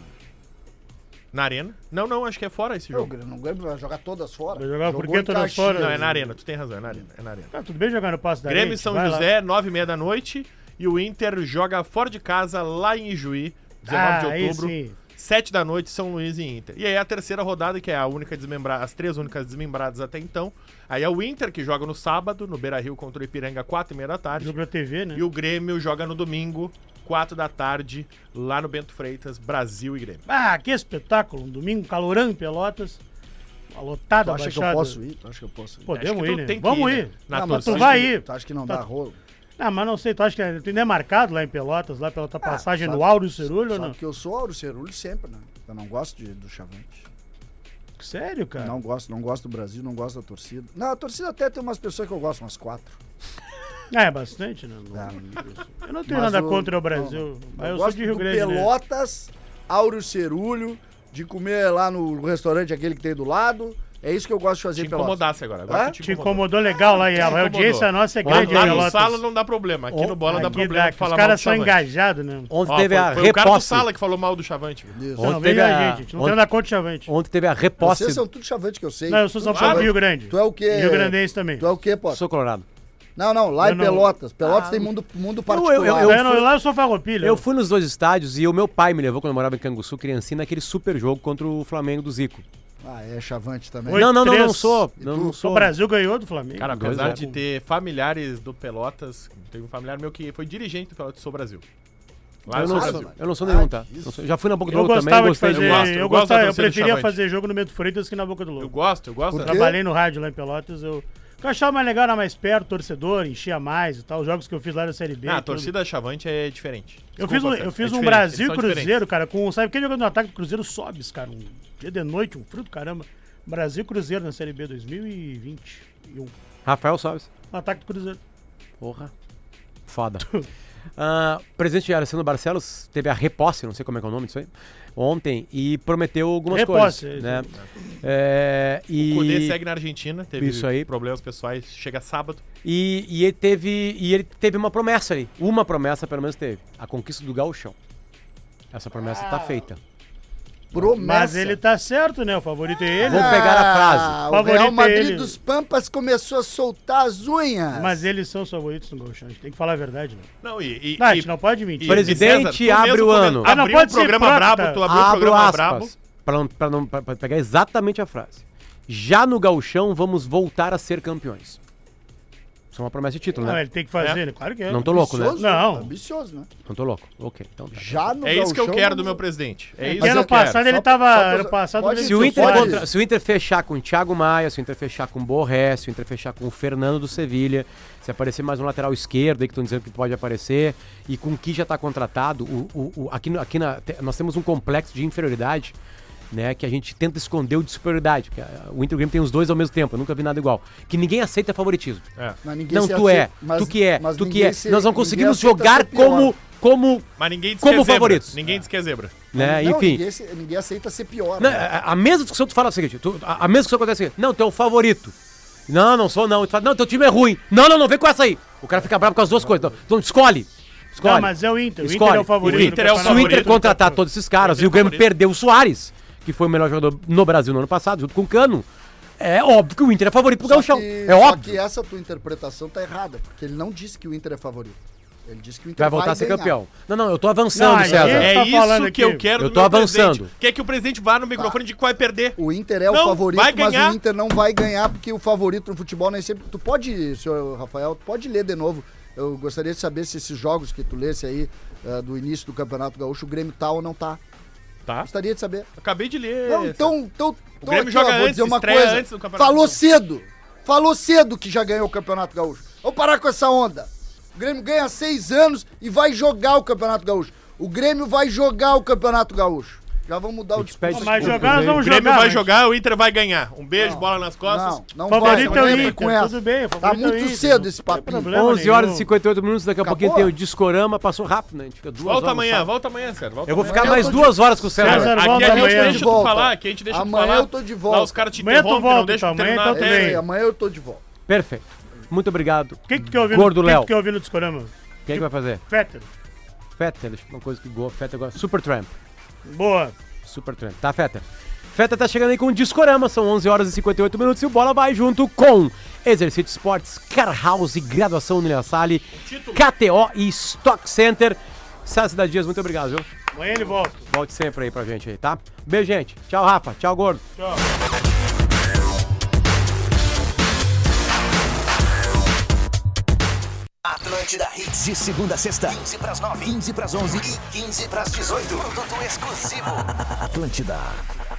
Speaker 5: na arena. Não, não, acho que é fora esse
Speaker 6: Não, o
Speaker 5: jogo.
Speaker 6: Grêmio o Grêmio vai jogar todas fora.
Speaker 3: Vai jogar por
Speaker 6: Jogou
Speaker 3: que
Speaker 6: em
Speaker 3: todas
Speaker 6: Caxias.
Speaker 3: fora?
Speaker 5: Não, é na arena, tu tem razão, é na arena, é na arena.
Speaker 3: Tá, tudo bem jogar no passo da
Speaker 5: Grêmio e
Speaker 3: Lente,
Speaker 5: São
Speaker 3: vai lá.
Speaker 5: José, nove e meia da noite, e o Inter joga fora de casa, lá em Ijuí, 19
Speaker 3: Ah,
Speaker 5: de
Speaker 3: aí
Speaker 5: outubro,
Speaker 3: sim.
Speaker 5: 7 da noite, São Luís e Inter. E aí a terceira rodada, que é a única desmembrada, as três únicas desmembradas até então. Aí é o Inter, que joga no sábado, no Beira-Rio contra o Ipiranga, quatro e meia da tarde.
Speaker 3: Jogo na TV, né?
Speaker 5: E o Grêmio joga no domingo, 4 da tarde, lá no Bento Freitas, Brasil e Grêmio.
Speaker 3: Ah, que espetáculo. Um domingo, calorão em Pelotas. Uma
Speaker 6: Tu
Speaker 3: lotada
Speaker 6: acha que eu
Speaker 3: baixada.
Speaker 6: posso ir? Tu acha que eu posso ir?
Speaker 5: Acho
Speaker 3: Podemos
Speaker 5: que
Speaker 3: ir,
Speaker 5: tu
Speaker 3: né?
Speaker 5: tem que
Speaker 3: Vamos
Speaker 5: ir,
Speaker 3: ir.
Speaker 5: né? Na
Speaker 6: Não,
Speaker 5: tua
Speaker 6: mas tu
Speaker 5: sorte.
Speaker 6: acha
Speaker 3: vai
Speaker 6: que-
Speaker 3: ir.
Speaker 6: Tu acha que não dá rolo?
Speaker 3: Ah, mas não sei, tu acha que tu ainda é marcado lá em Pelotas, lá pela tua passagem no Áureo Cerulho ou
Speaker 6: Ah, Sabe
Speaker 3: não?
Speaker 6: que eu sou Auro Cerulho sempre, né? Eu não gosto de- do Chavante.
Speaker 3: Sério, cara?
Speaker 6: Não gosto, não gosto do Brasil, não gosto da torcida. Não, a torcida até tem umas pessoas que eu gosto, umas quatro.
Speaker 3: Ah, é bastante, né? Não-
Speaker 6: Tá.
Speaker 3: Eu não tenho
Speaker 6: Mas
Speaker 3: nada
Speaker 6: o-
Speaker 3: contra o
Speaker 6: não,
Speaker 3: Brasil,
Speaker 6: não.
Speaker 3: mas eu, sou
Speaker 6: gosto
Speaker 3: de Rio
Speaker 6: do
Speaker 3: Grande, né?
Speaker 6: Pelotas, Áureo Cerulho, de comer lá no restaurante aquele que tem do lado. É isso que eu gosto de fazer
Speaker 5: Te
Speaker 6: em Pelotas.
Speaker 5: incomodasse agora. agora
Speaker 6: Hã?
Speaker 5: tu
Speaker 3: É? Te incomodou legal lá, e a
Speaker 5: incomodou.
Speaker 3: audiência nossa é grande,
Speaker 5: Lá
Speaker 3: em
Speaker 5: no
Speaker 3: Pelotas.
Speaker 5: sala não dá problema. Aqui no bola dá
Speaker 3: Aqui
Speaker 5: problema
Speaker 3: dá,
Speaker 5: tu
Speaker 3: que
Speaker 5: fala
Speaker 3: Os
Speaker 5: mal do
Speaker 3: caras são
Speaker 5: Chavante.
Speaker 3: engajados, né?
Speaker 2: Ontem
Speaker 5: Ó,
Speaker 2: teve
Speaker 5: foi,
Speaker 2: a
Speaker 5: foi o cara do
Speaker 2: reposse.
Speaker 5: sala que falou mal do Chavante. velho.
Speaker 6: Isso.
Speaker 2: Ontem
Speaker 3: Não, vem
Speaker 2: teve a-
Speaker 3: a gente, não
Speaker 2: ontem-
Speaker 3: tem nada contra o Chavante.
Speaker 2: Ontem teve a reposse.
Speaker 6: Vocês são tudo chavante que eu sei.
Speaker 3: Não, eu sou São
Speaker 6: Tudo
Speaker 3: Paulo e
Speaker 6: chavante.
Speaker 3: Rio Grande.
Speaker 6: Tu é o quê?
Speaker 3: Rio Grandense também.
Speaker 6: Tu é o quê, pô?
Speaker 2: Sou colorado.
Speaker 6: Não, não, lá
Speaker 3: Eu
Speaker 6: em
Speaker 3: não- Ah.
Speaker 6: Pelotas. Pelotas tem mundo, mundo particular.
Speaker 2: eu- eu-
Speaker 3: Eu,
Speaker 2: eu fui-
Speaker 3: lá eu sou farroupilha.
Speaker 2: Eu fui nos dois estádios e o meu pai me levou quando eu morava em Canguçu, criancinha, naquele super jogo contra o Flamengo do Zico.
Speaker 6: Ah, é chavante também.
Speaker 3: Oito,
Speaker 2: não, não, não, não
Speaker 3: três.
Speaker 2: sou.
Speaker 6: E
Speaker 2: Não,
Speaker 6: tu?
Speaker 2: não
Speaker 3: O
Speaker 2: sou.
Speaker 3: Brasil ganhou do Flamengo.
Speaker 5: Cara,
Speaker 2: Dois
Speaker 5: apesar
Speaker 2: é.
Speaker 5: de ter familiares do Pelotas, teve um familiar meu que foi dirigente do Pelotas, sou Brasil. Lá
Speaker 2: Eu não
Speaker 5: eu sou
Speaker 6: Claro,
Speaker 2: sou,
Speaker 5: Brasil.
Speaker 6: mano.
Speaker 2: eu não sou
Speaker 6: Ah,
Speaker 2: nenhum, tá?
Speaker 6: isso.
Speaker 2: Não sou- já fui na boca do
Speaker 3: eu
Speaker 2: Lobo também,
Speaker 3: gostava de
Speaker 2: gostei. Fazer...
Speaker 3: fazer.
Speaker 5: eu gosto,
Speaker 3: eu,
Speaker 5: eu gosto
Speaker 3: gostava,
Speaker 5: da
Speaker 3: eu
Speaker 5: torcida do
Speaker 3: preferia
Speaker 5: Chavante.
Speaker 3: fazer jogo no Bento Freitas que na Boca do Lobo.
Speaker 5: Eu gosto, eu gosto.
Speaker 6: Por quê?
Speaker 3: Trabalhei no rádio lá em Pelotas, eu. O que eu achava mais legal era mais perto, torcedor, enchia mais e tal. Os jogos que eu fiz lá da Série B.
Speaker 5: Ah, a
Speaker 3: e tudo.
Speaker 5: torcida Chavante é diferente.
Speaker 3: Eu
Speaker 5: Desculpa,
Speaker 3: fiz um,
Speaker 5: cara,
Speaker 3: eu
Speaker 5: é
Speaker 3: fiz um
Speaker 5: diferente,
Speaker 3: Brasil
Speaker 5: eles
Speaker 3: e
Speaker 5: são diferentes.
Speaker 3: Cruzeiro, cara, com. Sabe quem jogando no ataque do Cruzeiro Sobes, cara? Um dia de noite, um frio do caramba. Brasil e Cruzeiro na Série B 2021.
Speaker 2: Rafael Sobes.
Speaker 3: No um. ataque do Cruzeiro.
Speaker 2: Porra. Foda. Ah, o presidente Aracino Barcelos teve a reposse, não sei como é que é o nome disso aí, ontem, e prometeu algumas
Speaker 3: Reposse,
Speaker 2: coisas.
Speaker 3: isso
Speaker 2: Né? É,
Speaker 5: O Cudê
Speaker 2: e,
Speaker 5: segue na Argentina, teve
Speaker 2: Isso aí.
Speaker 5: problemas pessoais, chega sábado.
Speaker 2: e, e ele teve, e ele teve uma promessa ali. Uma promessa, pelo menos, teve. A conquista do gauchão. Essa promessa tá feita.
Speaker 6: Promessa.
Speaker 3: Mas ele tá certo, né? O favorito é ele.
Speaker 2: Vou pegar a frase.
Speaker 6: Ah, o
Speaker 3: Favorito é
Speaker 6: Real Madrid
Speaker 3: ele.
Speaker 6: dos Pampas começou a soltar as unhas.
Speaker 3: Mas eles são os favoritos no Gauchão. A gente tem que falar a verdade, né?
Speaker 5: Não, e, e,
Speaker 3: Não, a
Speaker 5: e-
Speaker 3: gente não pode mentir. né?
Speaker 5: e-
Speaker 2: Presidente,
Speaker 5: tu mesmo
Speaker 2: abre o
Speaker 5: comen-
Speaker 2: ano.
Speaker 5: Abriu
Speaker 3: Ah, não pode
Speaker 5: o
Speaker 3: ser
Speaker 5: programa
Speaker 3: planta.
Speaker 5: brabo, tu Ah, abriu o
Speaker 2: Abro
Speaker 5: programa brabo.
Speaker 2: aspas. Pra não, pra não- pra- pra pegar exatamente a frase. Já no gauchão, vamos voltar a ser campeões. Isso é uma promessa de título,
Speaker 3: Não,
Speaker 2: né?
Speaker 3: ele tem que fazer, né? Claro que é.
Speaker 2: Não tô louco, né?
Speaker 6: Ambicioso,
Speaker 3: Não.
Speaker 6: Ambicioso, né?
Speaker 2: Não tô louco. Ok, então tá.
Speaker 6: Já no
Speaker 5: É isso que eu
Speaker 6: gauchão,
Speaker 5: quero do meu presidente. É isso
Speaker 3: que
Speaker 5: que
Speaker 3: ano
Speaker 5: eu quero.
Speaker 3: passado ele
Speaker 6: Só-
Speaker 3: tava.
Speaker 6: só-
Speaker 3: ano passado
Speaker 6: pode-
Speaker 3: ele
Speaker 2: Se o,
Speaker 6: Tu
Speaker 2: Inter
Speaker 6: pode-
Speaker 2: contra- se o Inter fechar com o Thiago Maia, se o Inter fechar com o Borré, se o Inter fechar com o Fernando do Sevilha, se aparecer mais um lateral esquerdo aí que estão dizendo que pode aparecer, e com o que já está contratado, o, o- o- aqui, no- aqui na- te- nós temos um complexo de inferioridade, né? Que a gente tenta esconder o de superioridade. Porque ah, o Inter e o Grêmio tem os dois ao mesmo tempo, eu nunca vi nada igual. Que ninguém aceita favoritismo.
Speaker 6: Mas ninguém
Speaker 2: Não,
Speaker 6: se
Speaker 2: tu
Speaker 6: aceita-
Speaker 2: é,
Speaker 6: mas-
Speaker 2: tu que é,
Speaker 6: mas
Speaker 2: tu que
Speaker 6: ninguém
Speaker 2: é.
Speaker 6: se-
Speaker 2: Nós não
Speaker 6: ninguém
Speaker 2: conseguimos
Speaker 6: aceita
Speaker 2: jogar
Speaker 6: ser pior.
Speaker 2: como. como
Speaker 5: Mas ninguém diz
Speaker 2: Como
Speaker 5: que é zebra.
Speaker 2: favoritos.
Speaker 5: Ninguém diz que é zebra.
Speaker 2: né?
Speaker 6: Não,
Speaker 2: Enfim.
Speaker 6: Ninguém, se- ninguém aceita ser pior.
Speaker 2: Não, é
Speaker 6: né?
Speaker 2: a, a mesma discussão tu fala o seguinte, tu- a, a mesma discussão acontece assim, não, tu é o favorito. Não, não sou não. Tu fala, não, teu time é ruim. Não, não, não, vem com essa aí. O cara fica bravo com as duas coisas. Então, então escolhe. Escolhe.
Speaker 3: Não, mas é o Inter. O
Speaker 2: escolhe.
Speaker 3: Inter é o favorito.
Speaker 5: O Inter é o
Speaker 3: no
Speaker 2: Se o
Speaker 3: campeonato.
Speaker 2: Inter contratar todos esses caras
Speaker 3: é
Speaker 5: Inter
Speaker 2: e o Grêmio
Speaker 5: favorito.
Speaker 2: perdeu o Soares, que foi o melhor jogador no Brasil no ano passado, junto com o Cano, é óbvio que o Inter é favorito pro
Speaker 6: Só
Speaker 2: Gauchão.
Speaker 6: que-
Speaker 2: É
Speaker 6: Só que
Speaker 2: óbvio.
Speaker 6: essa tua interpretação tá errada, porque ele não disse que o Inter é favorito. Ele disse que o Inter
Speaker 2: Vai voltar a ser
Speaker 6: ganhar.
Speaker 2: campeão. Não, não, eu tô avançando,
Speaker 3: Não, aí
Speaker 2: César.
Speaker 3: é-
Speaker 5: É
Speaker 3: tá falando
Speaker 5: isso que
Speaker 3: aqui?
Speaker 5: eu quero
Speaker 2: Eu
Speaker 5: do
Speaker 2: tô
Speaker 5: meu
Speaker 2: avançando.
Speaker 5: presidente. Quer que o presidente vá no microfone de que vai perder.
Speaker 6: O Inter é
Speaker 5: Não,
Speaker 6: o favorito,
Speaker 5: vai
Speaker 6: mas
Speaker 5: ganhar.
Speaker 6: o Inter não vai ganhar, porque o favorito no futebol nem sempre. Tu pode, senhor Rafael, tu pode ler de novo. Eu gostaria de saber se esses jogos que tu lesse aí eh, do início do Campeonato Gaúcho, o Grêmio tá ou não tá.
Speaker 5: Tá.
Speaker 6: Gostaria de saber.
Speaker 5: Acabei de ler.
Speaker 6: Não, então, então,
Speaker 5: O
Speaker 6: então
Speaker 5: Grêmio
Speaker 6: ó,
Speaker 5: joga
Speaker 6: vou
Speaker 5: antes,
Speaker 6: dizer uma
Speaker 5: estreia
Speaker 6: coisa.
Speaker 5: antes do Campeonato
Speaker 6: Falou
Speaker 5: Gaúcho.
Speaker 6: cedo. Falou cedo que já ganhou o Campeonato Gaúcho. Vamos parar com essa onda. O Grêmio ganha seis anos e vai jogar o Campeonato Gaúcho. O Grêmio vai jogar o Campeonato Gaúcho. Já vamos mudar o discurso.
Speaker 2: pede
Speaker 3: Mas
Speaker 2: desculpa,
Speaker 3: jogar nós
Speaker 2: né?
Speaker 5: O
Speaker 3: vamos
Speaker 5: Grêmio
Speaker 3: jogar.
Speaker 5: vai
Speaker 3: mas-
Speaker 5: jogar, o Inter vai ganhar. Um beijo, bola nas costas.
Speaker 6: Não, não
Speaker 3: Favorito
Speaker 6: vai, não
Speaker 3: é o
Speaker 6: entra com
Speaker 3: Inter,
Speaker 6: essa.
Speaker 3: tudo bem.
Speaker 6: Tá
Speaker 3: favorito é o
Speaker 6: muito
Speaker 3: Inter,
Speaker 6: cedo esse
Speaker 3: não tem
Speaker 6: papinho.
Speaker 3: problema
Speaker 2: 11 horas e
Speaker 3: nenhum.
Speaker 2: 58 minutos, daqui a
Speaker 6: Acabou?
Speaker 2: pouquinho tem o discorama, passou rápido, né? A gente fica duas
Speaker 5: Volta
Speaker 2: horas. no
Speaker 5: amanhã,
Speaker 2: sábado.
Speaker 5: volta amanhã, Sérgio. Volta
Speaker 2: Eu vou ficar
Speaker 6: Amanhã
Speaker 2: mais
Speaker 6: eu tô
Speaker 2: duas horas com o
Speaker 3: César,
Speaker 2: César.
Speaker 5: Aqui
Speaker 3: volta
Speaker 5: a gente
Speaker 3: amanhã.
Speaker 5: deixa
Speaker 6: de
Speaker 5: tu
Speaker 6: volta.
Speaker 5: falar, aqui a gente deixa tu
Speaker 6: Amanhã
Speaker 5: falar.
Speaker 6: eu tô de volta.
Speaker 5: Lá os caras te
Speaker 3: Amanhã tu
Speaker 5: interrompem, não
Speaker 3: volta,
Speaker 5: deixam tu
Speaker 3: então, amanhã
Speaker 5: terminar
Speaker 3: então
Speaker 5: até
Speaker 3: tem.
Speaker 5: ele.
Speaker 6: É, amanhã eu tô de volta.
Speaker 2: Perfeito. Muito obrigado.
Speaker 3: O que que quer ouvir no-
Speaker 2: Gordo
Speaker 3: o que
Speaker 2: Léo.
Speaker 3: que quer ouvir no Discorama?
Speaker 2: Quem é que vai fazer?
Speaker 3: Fetter.
Speaker 2: Fetter, acho que é uma coisa que gosta. Fetter agora. Super Tramp.
Speaker 3: Boa.
Speaker 2: Super Tramp. Tá, Fetter? Fetter tá chegando aí com o Discorama, são 11 horas e 58 minutos e o Bola vai junto com Exercício Esportes, Car House, Graduação Nilha Sale, KTO e Stock Center. César da Dias, muito obrigado, viu?
Speaker 3: Amanhã ele volta.
Speaker 2: Volte sempre aí pra gente aí, tá? Beijo, gente. Tchau, Rafa. Tchau, Gordo.
Speaker 7: Atlântida Hits de segunda a sexta, 15 pras 9, 15 pras 11 e 15 pras 18. Produto exclusivo. Atlântida.